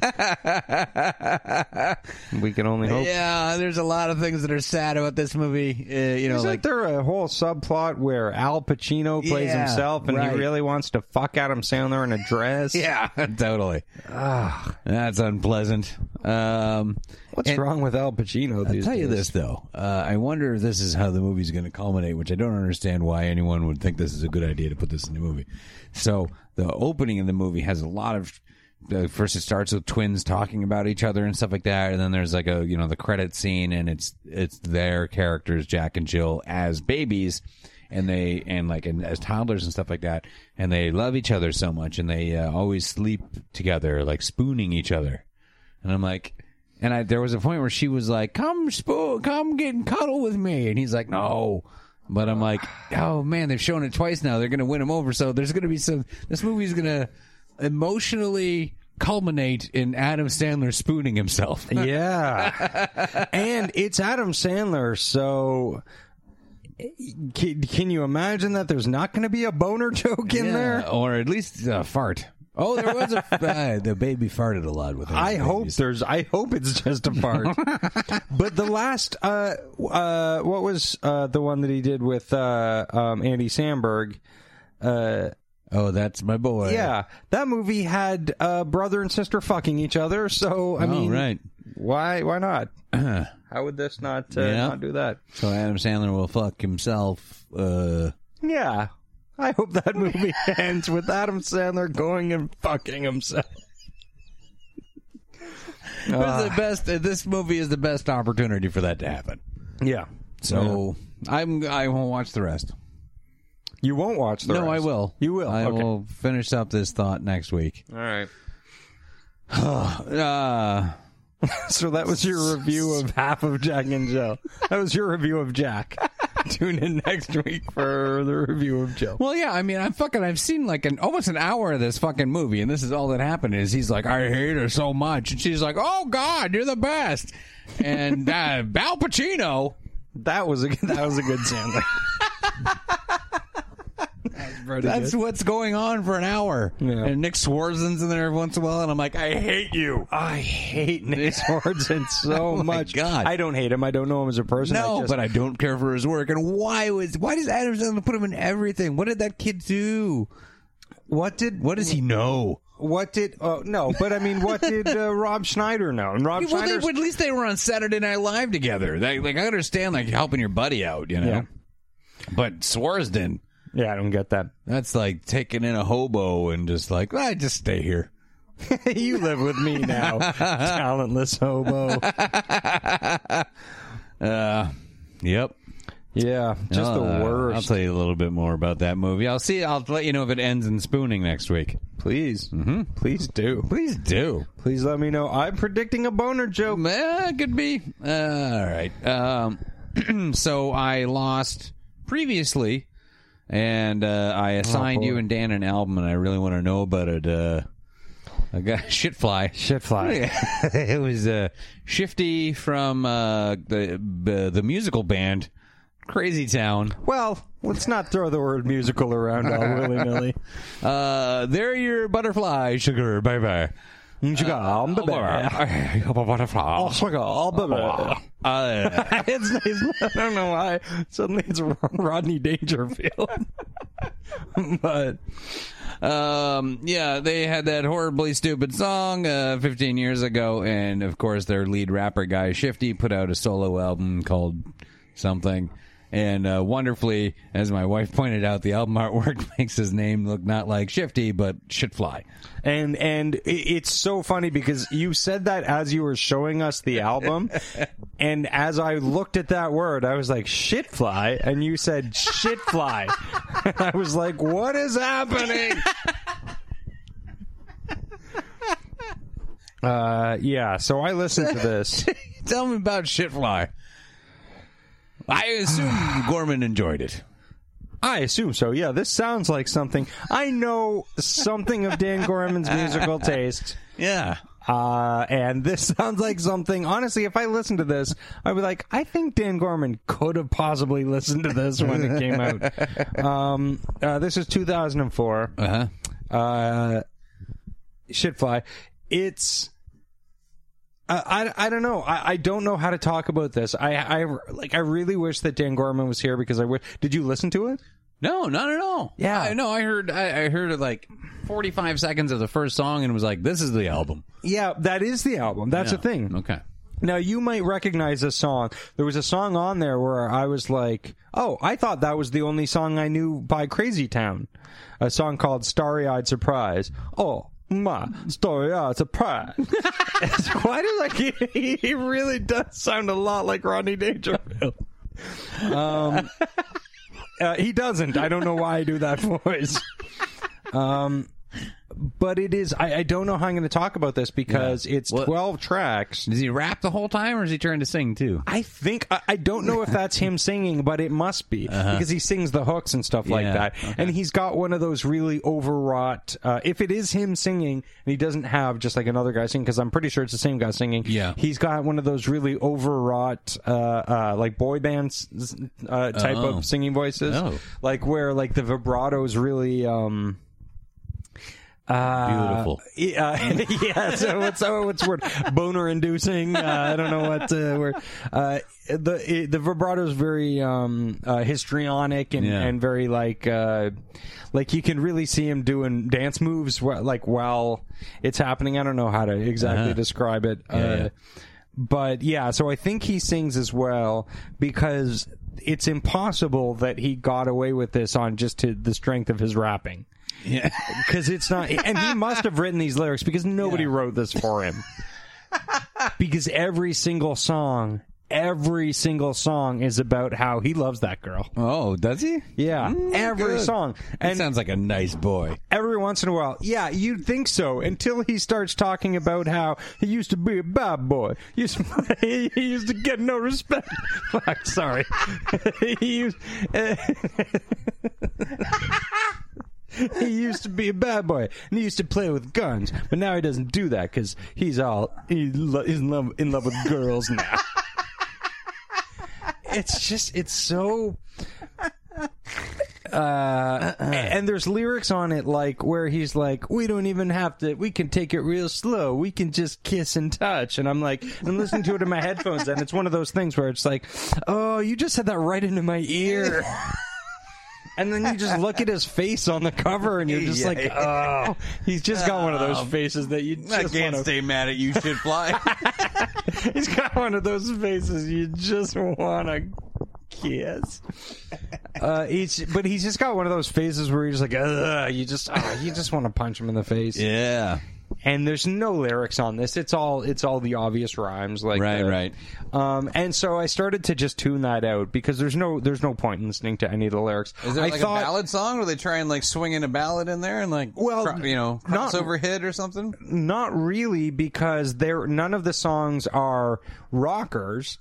[SPEAKER 1] we can only hope.
[SPEAKER 2] Yeah, there's a lot of things that are sad about this movie. Uh, you know,
[SPEAKER 1] Isn't
[SPEAKER 2] like
[SPEAKER 1] there a whole subplot where Al Pacino plays
[SPEAKER 2] Yeah,
[SPEAKER 1] himself and
[SPEAKER 2] right.
[SPEAKER 1] he really wants to fuck Adam Sandler in a dress?
[SPEAKER 2] yeah, totally. That's unpleasant. Um,
[SPEAKER 1] What's
[SPEAKER 2] and-
[SPEAKER 1] wrong with Al Pacino
[SPEAKER 2] I'll
[SPEAKER 1] these
[SPEAKER 2] tell you
[SPEAKER 1] days?
[SPEAKER 2] this though. Uh, I wonder if this is how the movie's going to culminate, which I don't understand why anyone would think this is a good idea to put this in the movie. So the opening of the movie has a lot of. Uh, first, it starts with twins talking about each other and stuff like that, and then there's like a you know the credit scene, and it's it's their characters Jack and Jill as babies, and they and like and as toddlers and stuff like that, and they love each other so much, and they uh, always sleep together, like spooning each other. And I'm like, and I there was a point where she was like, "Come spoon, come get and cuddle with me," and he's like, "No." But I'm like, oh man, they've shown it twice now. They're gonna win him over. So there's gonna be some. This movie's gonna emotionally culminate in Adam Sandler spooning himself.
[SPEAKER 1] Yeah. and it's Adam Sandler, so eh, can, can you imagine that there's not going to be a boner joke in
[SPEAKER 2] Yeah, oh,
[SPEAKER 1] there?
[SPEAKER 2] or at least uh, fart. Oh, there was a uh, the baby farted a lot with.
[SPEAKER 1] I hope there's. I hope it's just a part. but the last, uh, uh, what was uh, the one that he did with uh, um, Andy Samberg? Uh,
[SPEAKER 2] Oh, that's my boy.
[SPEAKER 1] yeah, that movie had uh, brother and sister fucking each other. So I
[SPEAKER 2] oh,
[SPEAKER 1] mean,
[SPEAKER 2] right.
[SPEAKER 1] why why not? How would this not uh,
[SPEAKER 2] Yeah.
[SPEAKER 1] not do that?
[SPEAKER 2] So Adam Sandler will fuck himself. Uh,
[SPEAKER 1] Yeah. I hope that movie ends with Adam Sandler going and fucking himself.
[SPEAKER 2] this
[SPEAKER 1] Ah.
[SPEAKER 2] is the best. uh, This movie is the best opportunity for that to happen.
[SPEAKER 1] Yeah.
[SPEAKER 2] So I'm. I won't watch the rest.
[SPEAKER 1] You won't watch the
[SPEAKER 2] no, I
[SPEAKER 1] rest.
[SPEAKER 2] will.
[SPEAKER 1] You will.
[SPEAKER 2] I
[SPEAKER 1] okay.
[SPEAKER 2] will finish up this thought next week.
[SPEAKER 1] All right.
[SPEAKER 2] Uh,
[SPEAKER 1] So that was your review of half of Jack and Jill. That was your review of Jack. Tune in next week for the review of Jill.
[SPEAKER 2] Well, yeah, I mean, I'm fucking. I've seen like an almost an hour of this fucking movie, and this is all that happened. Is he's like, I hate her so much, and she's like, Oh God, you're the best, and uh, Al Pacino.
[SPEAKER 1] That was a that was a good Sandler.
[SPEAKER 2] That's what's going on for an hour.
[SPEAKER 1] Yeah.
[SPEAKER 2] And Nick Swarzen's in there every once in a while, and I'm like, I hate you.
[SPEAKER 1] I hate Nick Swartzen so
[SPEAKER 2] Oh my
[SPEAKER 1] much.
[SPEAKER 2] God.
[SPEAKER 1] I don't hate him. I don't know him as a person.
[SPEAKER 2] No,
[SPEAKER 1] I just,
[SPEAKER 2] but I don't care for his work. And why was why does Adam Sandler put him in everything? What did that kid do?
[SPEAKER 1] what did
[SPEAKER 2] What does he know?
[SPEAKER 1] What did? Oh no, but I mean, what did uh, Rob Schneider know? And Rob
[SPEAKER 2] Well, they,
[SPEAKER 1] Schneider's-
[SPEAKER 2] at least they were on Saturday Night Live together. They, like I understand, like helping your buddy out, you know.
[SPEAKER 1] Yeah.
[SPEAKER 2] But Swarsden,
[SPEAKER 1] yeah, I don't get that.
[SPEAKER 2] that's like taking in a hobo and just like, I just stay here.
[SPEAKER 1] you live with me now, talentless hobo.
[SPEAKER 2] Uh, yep.
[SPEAKER 1] Yeah, just
[SPEAKER 2] Uh,
[SPEAKER 1] the worst.
[SPEAKER 2] I'll tell you a little bit more about that movie. I'll see. I'll let you know if it ends in spooning next week.
[SPEAKER 1] please, mm-hmm. please do.
[SPEAKER 2] Please do.
[SPEAKER 1] Please let me know. I'm predicting a boner joke.
[SPEAKER 2] Uh, could be. Uh, all right. Um, so I lost previously, and uh, I assigned
[SPEAKER 1] boy.
[SPEAKER 2] you and Dan an album, and I really want to know about it. Uh, I got Shitfly.
[SPEAKER 1] Shit fly.
[SPEAKER 2] it was uh, Shifty from uh, the b- the musical band Crazy Town.
[SPEAKER 1] Well, let's not throw the word musical around all willy nilly.
[SPEAKER 2] Uh, they're your butterfly sugar, bye bye. Butterfly. Uh,
[SPEAKER 1] It's, it's, I don't know why. Suddenly it's Rodney Dangerfield. but
[SPEAKER 2] Um, yeah, they had that horribly stupid song uh, 15 years ago, and of course, their lead rapper guy Shifty put out a solo album called something. And uh, wonderfully, as my wife pointed out, the album artwork makes his name look not like Shifty, but Shitfly.
[SPEAKER 1] and and i- it's so funny because you said that as you were showing us the album and as i looked at that word i was like shit fly and you said shit fly and i was like what is happening uh yeah so i listened to this
[SPEAKER 2] Tell me about Shitfly. I assume Gorman enjoyed it.
[SPEAKER 1] I assume so. Yeah, this sounds like something. I know something of Dan Gorman's musical taste.
[SPEAKER 2] Yeah.
[SPEAKER 1] Uh, and this sounds like something. Honestly, if I listened to this, I'd be like, I think Dan Gorman could have possibly listened to this when it came out. Um, uh, this is 2004.
[SPEAKER 2] Uh huh.
[SPEAKER 1] Uh, Shitfly. It's. uh, I, I, I don't know. I, I don't know how to talk about this. I, I like. I really wish that Dan Gorman was here because I wish. Did you listen to it?
[SPEAKER 2] No, not at all.
[SPEAKER 1] Yeah.
[SPEAKER 2] I know. I heard. I, I heard like forty-five seconds of the first song and was like, "This is the album."
[SPEAKER 1] Yeah, that is the album. That's the thing.
[SPEAKER 2] Okay.
[SPEAKER 1] Now you might recognize a song. There was a song on there where I was like, "Oh, I thought that was the only song I knew by Crazy Town." A song called "Starry-Eyed Surprise." Oh. My starry-eyed surprise. Why does like he, he really does sound a lot like Rodney Dangerfield? Um, uh, he doesn't. I don't know why I do that voice. Um, but it is. I, I don't know how I'm going to talk about this because it's
[SPEAKER 2] What-
[SPEAKER 1] 12 tracks.
[SPEAKER 2] Does he rap the whole time, or is he trying to sing too?
[SPEAKER 1] I think I, I don't know if that's him singing, but it must be because he sings the hooks and stuff like
[SPEAKER 2] Uh-huh. Yeah,
[SPEAKER 1] that. And he's got one of those really overwrought. Uh, if it is him singing, and he doesn't have just like another guy singing, because I'm pretty sure it's the same guy singing.
[SPEAKER 2] Yeah.
[SPEAKER 1] he's got one of those really overwrought, uh, uh, like boy band s- uh, type
[SPEAKER 2] Oh.
[SPEAKER 1] of singing voices,
[SPEAKER 2] Oh.
[SPEAKER 1] like where like the vibrato's really. Um, Uh,
[SPEAKER 2] Beautiful.
[SPEAKER 1] yeah, yeah. So what's oh, what's the word boner inducing? Uh, I don't know what uh, word. Uh, the it, the vibrato is very um, uh, histrionic and,
[SPEAKER 2] Yeah.
[SPEAKER 1] and very like uh, like you can really see him doing dance moves wh- like while it's happening. I don't know how to exactly describe it. uh,
[SPEAKER 2] Uh-huh. yeah.
[SPEAKER 1] But yeah, so I think he sings as well because it's impossible that he got away with this on just to the strength of his rapping
[SPEAKER 2] Yeah.
[SPEAKER 1] because it's not and he must have written these lyrics because nobody wrote this for him because every single song every single song is about how he loves that girl
[SPEAKER 2] Oh, does he?
[SPEAKER 1] yeah
[SPEAKER 2] Mm,
[SPEAKER 1] every
[SPEAKER 2] good.
[SPEAKER 1] song
[SPEAKER 2] That
[SPEAKER 1] and
[SPEAKER 2] sounds like a nice boy.
[SPEAKER 1] every once in a while yeah you'd think so until he starts talking about how he used to be a bad boy used to, he used to get no respect Fuck, sorry he used he used to be a bad boy and he used to play with guns, but now he doesn't do that because he's all he lo- he's in love in love with girls now. it's just it's so. Uh, and there's lyrics on it like where he's like, "We don't even have to. We can take it real slow. We can just kiss and touch." And I'm like, I'm listening to it in my headphones, and it's one of those things where it's like, "Oh, you just said that right into my ear." And then you just look at his face on the cover, and you're just
[SPEAKER 2] Yeah.
[SPEAKER 1] like, oh, he's just got one of those faces that you just want to.
[SPEAKER 2] stay mad at you. Should fly.
[SPEAKER 1] He's got one of those faces you just want to kiss. Uh, he's, but he's just got one of those faces where you're just like, ugh, you just, ah, you just want to punch him in the face.
[SPEAKER 2] yeah.
[SPEAKER 1] And there's no lyrics on this. It's all, it's all the obvious rhymes, like
[SPEAKER 2] Right.
[SPEAKER 1] the-
[SPEAKER 2] Right.
[SPEAKER 1] Um, and so I started to just tune that out because there's no, there's no point in listening to any of the lyrics.
[SPEAKER 4] Is there
[SPEAKER 1] I
[SPEAKER 4] like
[SPEAKER 1] thought-
[SPEAKER 4] a ballad song where they try and like swing in a ballad in there and like
[SPEAKER 1] Well,
[SPEAKER 4] cro- you know
[SPEAKER 1] not-
[SPEAKER 4] crossover hit or something?
[SPEAKER 1] not really because there none of the songs are rockers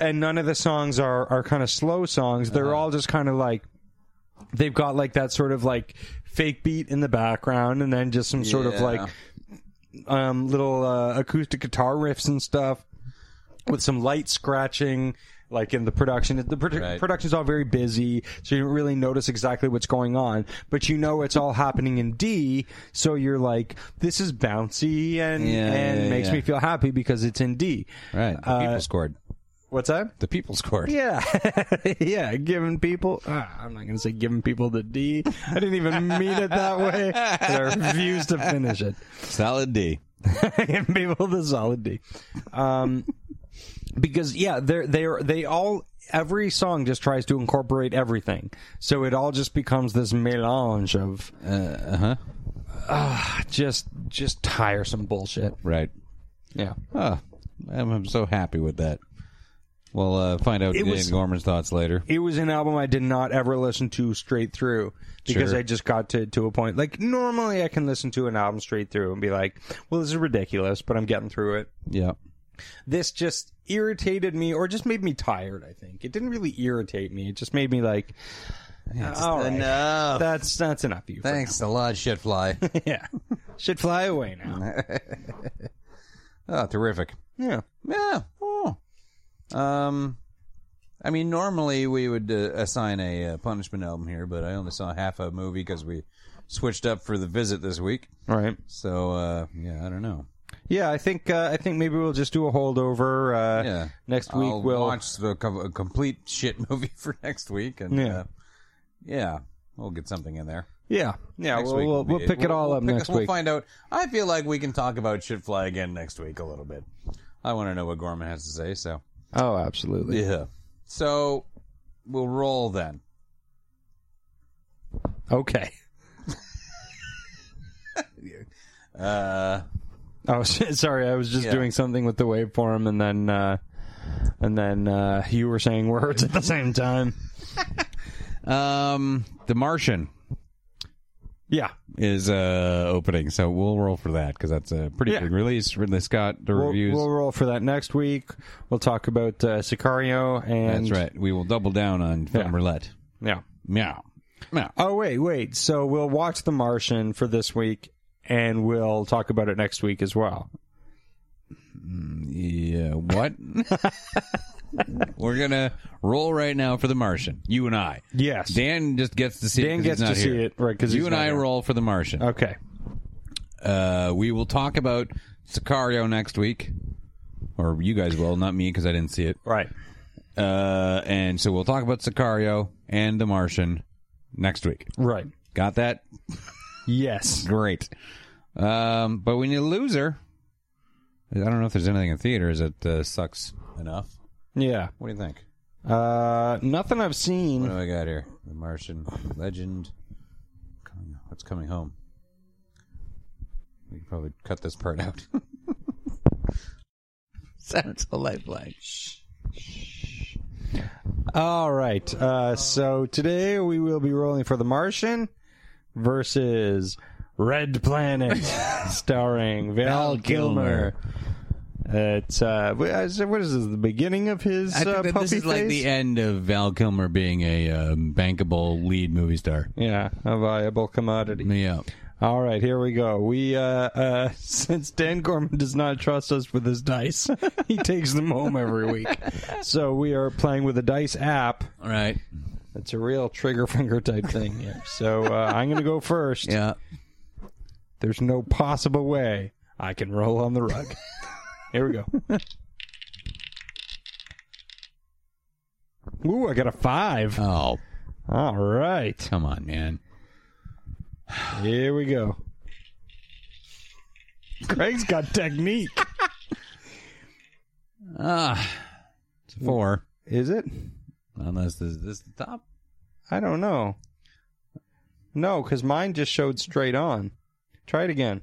[SPEAKER 1] and none of the songs are are kind of slow songs they're all just kind of like they've got like that sort of like fake beat in the background and then just some sort of
[SPEAKER 4] Yeah.
[SPEAKER 1] like um little uh, acoustic guitar riffs and stuff with some light scratching like in the production the produ- production's all very busy so you don't really notice exactly what's going on but you know it's all happening in d so you're like this is bouncy and
[SPEAKER 2] Yeah,
[SPEAKER 1] and
[SPEAKER 2] yeah,
[SPEAKER 1] makes
[SPEAKER 2] yeah.
[SPEAKER 1] me feel happy because it's in d Uh,
[SPEAKER 2] Right. The people scored.
[SPEAKER 1] what's that
[SPEAKER 2] The people scored.
[SPEAKER 1] yeah, yeah. Giving people, ah, I'm not going to say giving people the D. I didn't even mean it that way. but I refuse to finish it.
[SPEAKER 2] Solid D. Uh,
[SPEAKER 1] giving people the solid D, um, because yeah, they're they're they all every song just tries to incorporate everything, so it all just becomes this melange of
[SPEAKER 2] Uh huh.
[SPEAKER 1] just just tiresome bullshit.
[SPEAKER 2] Right.
[SPEAKER 1] Yeah.
[SPEAKER 2] Oh, I'm, I'm so happy with that. We'll uh, find out
[SPEAKER 1] It
[SPEAKER 2] Dan
[SPEAKER 1] was-
[SPEAKER 2] Gorman's thoughts later.
[SPEAKER 1] it was an album I did not ever listen to straight through because
[SPEAKER 2] Sure.
[SPEAKER 1] I just got to, to a point. Like normally I can listen to an album straight through and be like, well, this is ridiculous, but I'm getting through it.
[SPEAKER 2] Yeah.
[SPEAKER 1] This just irritated me or just made me tired, I think. It didn't really irritate me. It just made me like, all right,
[SPEAKER 4] Enough.
[SPEAKER 1] that's, that's enough of you. for
[SPEAKER 4] Thanks a lot, shit fly.
[SPEAKER 1] now." yeah. Should fly away now.
[SPEAKER 4] oh, terrific.
[SPEAKER 1] Yeah.
[SPEAKER 4] Yeah. Oh. Um, I mean, normally we would uh, assign a uh, punishment album here, but I only saw half a movie because we switched up for the visit this week.
[SPEAKER 1] All right.
[SPEAKER 4] So uh, yeah, I don't know.
[SPEAKER 1] Yeah. I think, uh, I think maybe we'll just do a holdover, uh,
[SPEAKER 4] Yeah.
[SPEAKER 1] next week.
[SPEAKER 4] I'll
[SPEAKER 1] we'll
[SPEAKER 4] watch the co- a complete shit movie for next week, and
[SPEAKER 1] Yeah.
[SPEAKER 4] yeah, uh, yeah, we'll get something in there.
[SPEAKER 1] yeah. Yeah.
[SPEAKER 4] Next
[SPEAKER 1] We'll,
[SPEAKER 4] week
[SPEAKER 1] we'll,
[SPEAKER 4] will be
[SPEAKER 1] we'll pick it all
[SPEAKER 4] we'll
[SPEAKER 1] up
[SPEAKER 4] pick-
[SPEAKER 1] next
[SPEAKER 4] we'll
[SPEAKER 1] week.
[SPEAKER 4] find out. I feel like we can talk about shit fly again next week a little bit. I want to know what Gorman has to say. So
[SPEAKER 1] Oh, absolutely.
[SPEAKER 4] yeah, so we'll roll then.
[SPEAKER 1] Okay.
[SPEAKER 4] Uh,
[SPEAKER 1] Oh, sorry. I was just
[SPEAKER 4] Yeah.
[SPEAKER 1] doing something with the waveform, and then uh, and then uh, you were saying words at the same time.
[SPEAKER 2] Um, The Martian.
[SPEAKER 1] Yeah.
[SPEAKER 2] is uh, opening. So we'll roll for that because that's a pretty
[SPEAKER 1] Yeah.
[SPEAKER 2] big release. Ridley Scott, the
[SPEAKER 1] We'll,
[SPEAKER 2] reviews.
[SPEAKER 1] we'll roll for that next week. We'll talk about uh, Sicario and
[SPEAKER 2] that's right. We will double down on film
[SPEAKER 1] Yeah.
[SPEAKER 2] roulette.
[SPEAKER 1] Yeah.
[SPEAKER 2] Meow. Meow.
[SPEAKER 1] Oh wait, wait. So we'll watch The Martian for this week, and we'll talk about it next week as well.
[SPEAKER 2] Yeah, what? We're gonna roll right now for The Martian. You and I.
[SPEAKER 1] Yes.
[SPEAKER 2] Dan just gets to see. it
[SPEAKER 1] Dan
[SPEAKER 2] 'cause
[SPEAKER 1] gets
[SPEAKER 2] he's
[SPEAKER 1] to
[SPEAKER 2] not
[SPEAKER 1] see
[SPEAKER 2] here.
[SPEAKER 1] it, right, 'cause
[SPEAKER 2] you
[SPEAKER 1] he's
[SPEAKER 2] and
[SPEAKER 1] not
[SPEAKER 2] I
[SPEAKER 1] here.
[SPEAKER 2] roll for The Martian.
[SPEAKER 1] Okay.
[SPEAKER 2] Uh, we will talk about Sicario next week, or you guys will, not me because I didn't see it.
[SPEAKER 1] Right.
[SPEAKER 2] Uh, and so we'll talk about Sicario and The Martian next week.
[SPEAKER 1] Right.
[SPEAKER 2] Got that?
[SPEAKER 1] Yes.
[SPEAKER 2] Great. Um, but we need a loser. I don't know if there's anything in theaters that uh, sucks enough.
[SPEAKER 1] Yeah.
[SPEAKER 2] What do you think?
[SPEAKER 1] Uh, nothing I've
[SPEAKER 2] What do
[SPEAKER 1] seen.
[SPEAKER 2] I got here? The Martian Legend. Coming, what's coming home? We can probably cut this part out. Sounds a lifeline.
[SPEAKER 1] All right. Uh, so today we will be rolling for The Martian versus Red Planet, starring Val
[SPEAKER 2] Val Kilmer.
[SPEAKER 1] Kilmer. It's uh, wh- I said, what is this? The beginning of his
[SPEAKER 2] I think
[SPEAKER 1] uh,
[SPEAKER 2] that
[SPEAKER 1] puppy
[SPEAKER 2] this is
[SPEAKER 1] face?
[SPEAKER 2] like the end of Val Kilmer being a um, bankable lead movie star.
[SPEAKER 1] yeah, a viable commodity.
[SPEAKER 2] Yeah.
[SPEAKER 1] All right, here we go. We uh, uh, since Dan Gorman does not trust us with his dice, he takes them home every week. So we are playing with a dice app.
[SPEAKER 2] All right.
[SPEAKER 1] It's a real trigger finger type thing here. So uh, I'm going to go first.
[SPEAKER 2] Yeah.
[SPEAKER 1] There's no possible way I can roll on the rug. Here we go. Ooh, I got a five.
[SPEAKER 2] Oh,
[SPEAKER 1] All right,
[SPEAKER 2] come on, man.
[SPEAKER 1] here we go. Craig's got technique.
[SPEAKER 2] Ah, it's
[SPEAKER 1] Mm.
[SPEAKER 2] a four.
[SPEAKER 1] Is it?
[SPEAKER 2] Unless this this is the top.
[SPEAKER 1] I don't know. No, because mine just showed straight on. Try it again.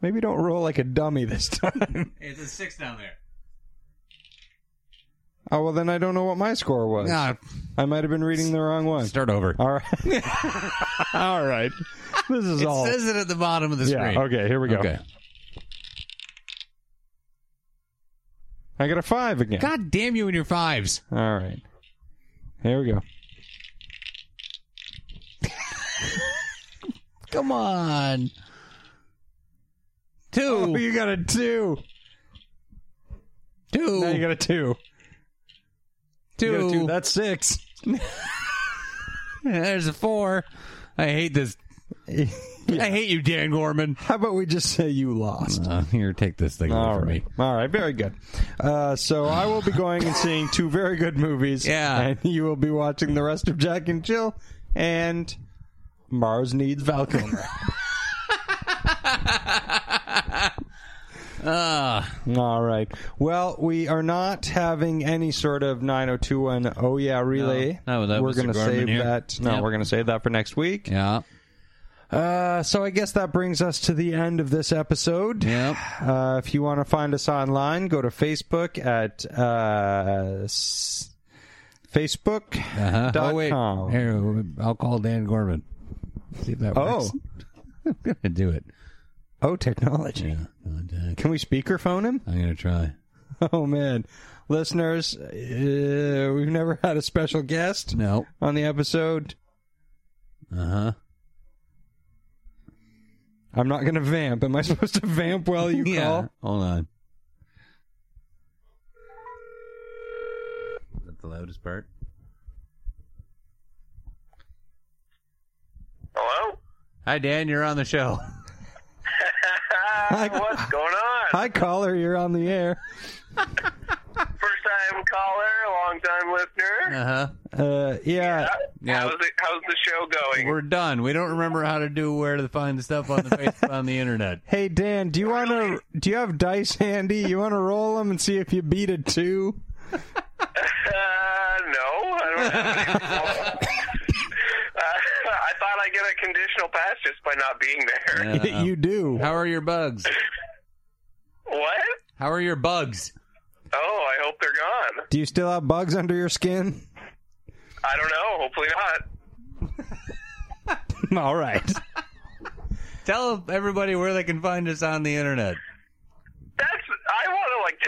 [SPEAKER 1] Maybe don't roll like a dummy this time.
[SPEAKER 2] It's a six down there.
[SPEAKER 1] oh, well, then I don't know what my score was.
[SPEAKER 2] Ah,
[SPEAKER 1] I might have been reading the wrong one.
[SPEAKER 2] start over.
[SPEAKER 1] All right. all right. This is
[SPEAKER 2] It
[SPEAKER 1] all.
[SPEAKER 2] says it at the bottom of the
[SPEAKER 1] yeah,
[SPEAKER 2] screen.
[SPEAKER 1] okay, here we go.
[SPEAKER 2] Okay.
[SPEAKER 1] I got a five again.
[SPEAKER 2] God damn you and your fives.
[SPEAKER 1] All right. Here we go.
[SPEAKER 2] Come on. Two.
[SPEAKER 1] Oh, you got a two.
[SPEAKER 2] Two.
[SPEAKER 1] Now you got a two. You got a
[SPEAKER 2] two.
[SPEAKER 1] two. That's six.
[SPEAKER 2] There's a four. I hate this. I hate you, Dan Gorman.
[SPEAKER 1] How about we just say you lost?
[SPEAKER 2] Uh, here, take this thing
[SPEAKER 1] All
[SPEAKER 2] away from
[SPEAKER 1] right.
[SPEAKER 2] me.
[SPEAKER 1] All right. Very good. Uh, so I will be going and seeing two very good movies.
[SPEAKER 2] Yeah.
[SPEAKER 1] And you will be watching the rest of Jack and Jill and Mars Needs Val Kilmer. Ah. All right. Well, we are not having any sort of 90210 oh yeah relay.
[SPEAKER 2] No, that
[SPEAKER 1] we're
[SPEAKER 2] was Mr.
[SPEAKER 1] gonna
[SPEAKER 2] Gorman
[SPEAKER 1] save
[SPEAKER 2] here.
[SPEAKER 1] that. No,
[SPEAKER 2] Yep.
[SPEAKER 1] we're going to save that for next week.
[SPEAKER 2] Yeah.
[SPEAKER 1] Uh, so I guess that brings us to the end of this episode.
[SPEAKER 2] Yep.
[SPEAKER 1] Uh, if you want to find us online, go to Facebook at uh, s- Facebook.
[SPEAKER 2] Uh-huh.
[SPEAKER 1] Dot
[SPEAKER 2] Oh wait.
[SPEAKER 1] com.
[SPEAKER 2] Here, I'll call Dan Gorman. See if that
[SPEAKER 1] Oh,
[SPEAKER 2] works. I'm gonna do it.
[SPEAKER 1] oh, technology.
[SPEAKER 2] Yeah. I'm
[SPEAKER 1] Can we speakerphone him?
[SPEAKER 2] gonna try.
[SPEAKER 1] Oh man, listeners, uh, we've never had a special guest
[SPEAKER 2] No.
[SPEAKER 1] on the episode.
[SPEAKER 2] Uh huh.
[SPEAKER 1] I'm not going to vamp. Am I supposed to vamp while you
[SPEAKER 2] yeah.
[SPEAKER 1] call?
[SPEAKER 2] Hold on. Is that the loudest part?
[SPEAKER 5] Hello?
[SPEAKER 2] Hi, Dan. You're on the show.
[SPEAKER 1] Hi.
[SPEAKER 5] What's going on?
[SPEAKER 1] Hi, caller. You're on the air.
[SPEAKER 5] First time caller, long time listener.
[SPEAKER 2] Uh huh.
[SPEAKER 1] Uh, yeah.
[SPEAKER 2] yeah.
[SPEAKER 5] How's, the, how's the show going?
[SPEAKER 2] We're done. We don't remember how to do where to find the stuff on the face on the internet.
[SPEAKER 1] Hey Dan, do you want to? Do you have dice handy? You want to roll them and see if you beat a two?
[SPEAKER 5] Uh, no, I don't have any. uh, I thought I'd get a conditional pass just by not being there.
[SPEAKER 2] Uh-huh.
[SPEAKER 1] you do.
[SPEAKER 2] How are your bugs?
[SPEAKER 5] What?
[SPEAKER 2] How are your bugs?
[SPEAKER 5] Oh, I hope they're gone.
[SPEAKER 1] Do you still have bugs under your skin?
[SPEAKER 5] I don't know. Hopefully not.
[SPEAKER 1] All right.
[SPEAKER 2] Tell everybody where they can find us on the internet.
[SPEAKER 5] That's. I want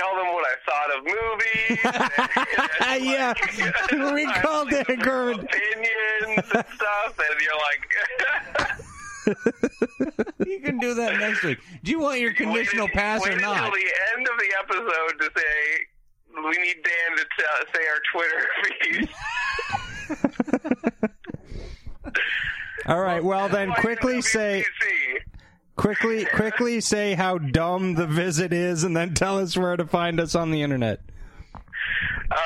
[SPEAKER 5] to like tell them what I thought of movies. and,
[SPEAKER 1] Uh, Yeah. We
[SPEAKER 5] I have,
[SPEAKER 1] called
[SPEAKER 5] like,
[SPEAKER 1] it a
[SPEAKER 5] different
[SPEAKER 1] good-
[SPEAKER 5] Opinions and stuff, and you're like,
[SPEAKER 2] You can do that next week. Do you want your conditional
[SPEAKER 5] wait-
[SPEAKER 2] pass
[SPEAKER 5] wait
[SPEAKER 2] or
[SPEAKER 5] until
[SPEAKER 2] not?
[SPEAKER 5] the end of the episode to say we need Dan to t- say our Twitter feed.
[SPEAKER 1] All right. Well, then
[SPEAKER 5] Like,
[SPEAKER 1] quickly say
[SPEAKER 5] WBC.
[SPEAKER 1] quickly quickly say how dumb the visit is and then tell us where to find us on the internet.
[SPEAKER 5] Uh,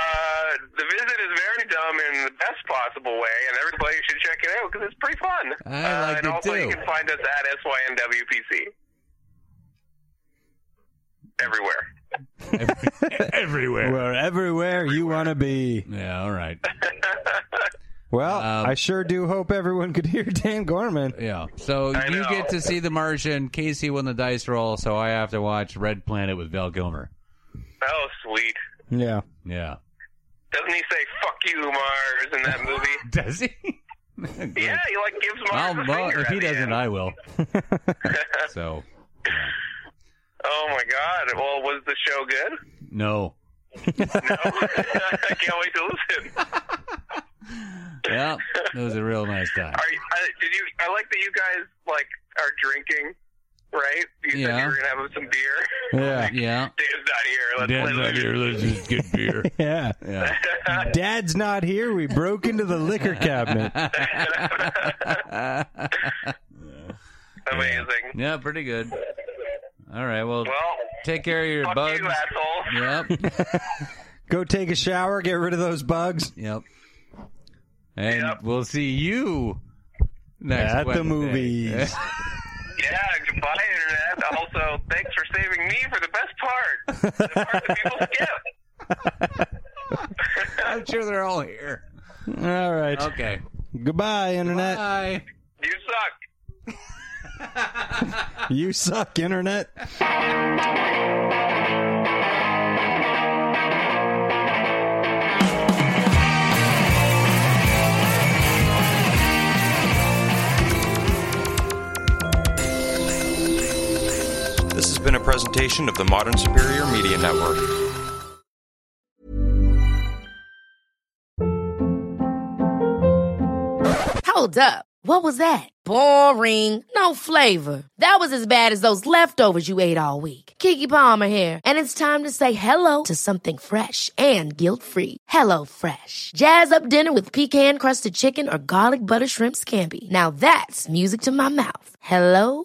[SPEAKER 5] the visit is very dumb in the best possible way, and everybody should check it out because it's pretty fun.
[SPEAKER 2] I
[SPEAKER 5] uh,
[SPEAKER 2] like
[SPEAKER 5] and
[SPEAKER 2] it
[SPEAKER 5] also, you
[SPEAKER 2] too.
[SPEAKER 5] can find us at SYNWPC everywhere.
[SPEAKER 2] Everywhere.
[SPEAKER 1] We're everywhere you want to be.
[SPEAKER 2] Yeah, all right.
[SPEAKER 1] Well,
[SPEAKER 2] Um,
[SPEAKER 1] I sure do hope everyone could hear Dan Gorman.
[SPEAKER 2] Yeah. So
[SPEAKER 5] I
[SPEAKER 2] you
[SPEAKER 5] know.
[SPEAKER 2] get to see The Martian. Casey won the dice roll, so I have to watch Red Planet with Val Kilmer.
[SPEAKER 5] Oh, sweet.
[SPEAKER 1] Yeah.
[SPEAKER 2] Yeah.
[SPEAKER 5] Doesn't he say "fuck you, Mars" in that movie?
[SPEAKER 2] Does he?
[SPEAKER 5] yeah, he like gives Mars
[SPEAKER 2] Well,
[SPEAKER 5] a
[SPEAKER 2] well,
[SPEAKER 5] finger
[SPEAKER 2] if
[SPEAKER 5] at
[SPEAKER 2] he
[SPEAKER 5] the
[SPEAKER 2] doesn't,
[SPEAKER 5] end.
[SPEAKER 2] I will. so,
[SPEAKER 5] Oh my God! Well, was the show good?
[SPEAKER 2] no.
[SPEAKER 5] No, I can't wait to listen.
[SPEAKER 2] Yeah, it was a real nice time.
[SPEAKER 5] Are you, I, did you? I like that you guys like are drinking, right? You said
[SPEAKER 2] Yeah.
[SPEAKER 5] you were gonna have some beer.
[SPEAKER 1] Yeah.
[SPEAKER 2] Yeah.
[SPEAKER 5] Dan's not here. Let's
[SPEAKER 2] Dan's
[SPEAKER 5] play
[SPEAKER 2] not here. Let's just get beer.
[SPEAKER 1] Yeah.
[SPEAKER 2] Yeah.
[SPEAKER 1] Dad's not here. We broke into the liquor cabinet.
[SPEAKER 5] Amazing.
[SPEAKER 2] Yeah, pretty good. All right. Well,
[SPEAKER 5] Well,
[SPEAKER 2] take care of your
[SPEAKER 5] fuck
[SPEAKER 2] bugs.
[SPEAKER 5] you, asshole.
[SPEAKER 2] Yep.
[SPEAKER 1] Go take a shower, get rid of those bugs.
[SPEAKER 2] Yep. And
[SPEAKER 5] Yep.
[SPEAKER 2] we'll see you next
[SPEAKER 1] At the
[SPEAKER 2] Wednesday.
[SPEAKER 1] movies.
[SPEAKER 5] Yeah, goodbye, internet. Also, thanks for saving me for the best part. The part that people skip.
[SPEAKER 2] I'm sure they're all here.
[SPEAKER 1] All right.
[SPEAKER 2] Okay.
[SPEAKER 1] Goodbye, internet.
[SPEAKER 2] Bye.
[SPEAKER 5] You suck.
[SPEAKER 1] You suck, internet.
[SPEAKER 6] This has been a presentation of the Modern Superior Media Network.
[SPEAKER 3] Hold up. What was that? Boring. No flavor. That was as bad as those leftovers you ate all week. Kiki Palmer here, and it's time to say hello to something fresh and guilt-free. Hello Fresh. Jazz up dinner with pecan-crusted chicken or garlic butter shrimp scampi. Now that's music to my mouth. Hello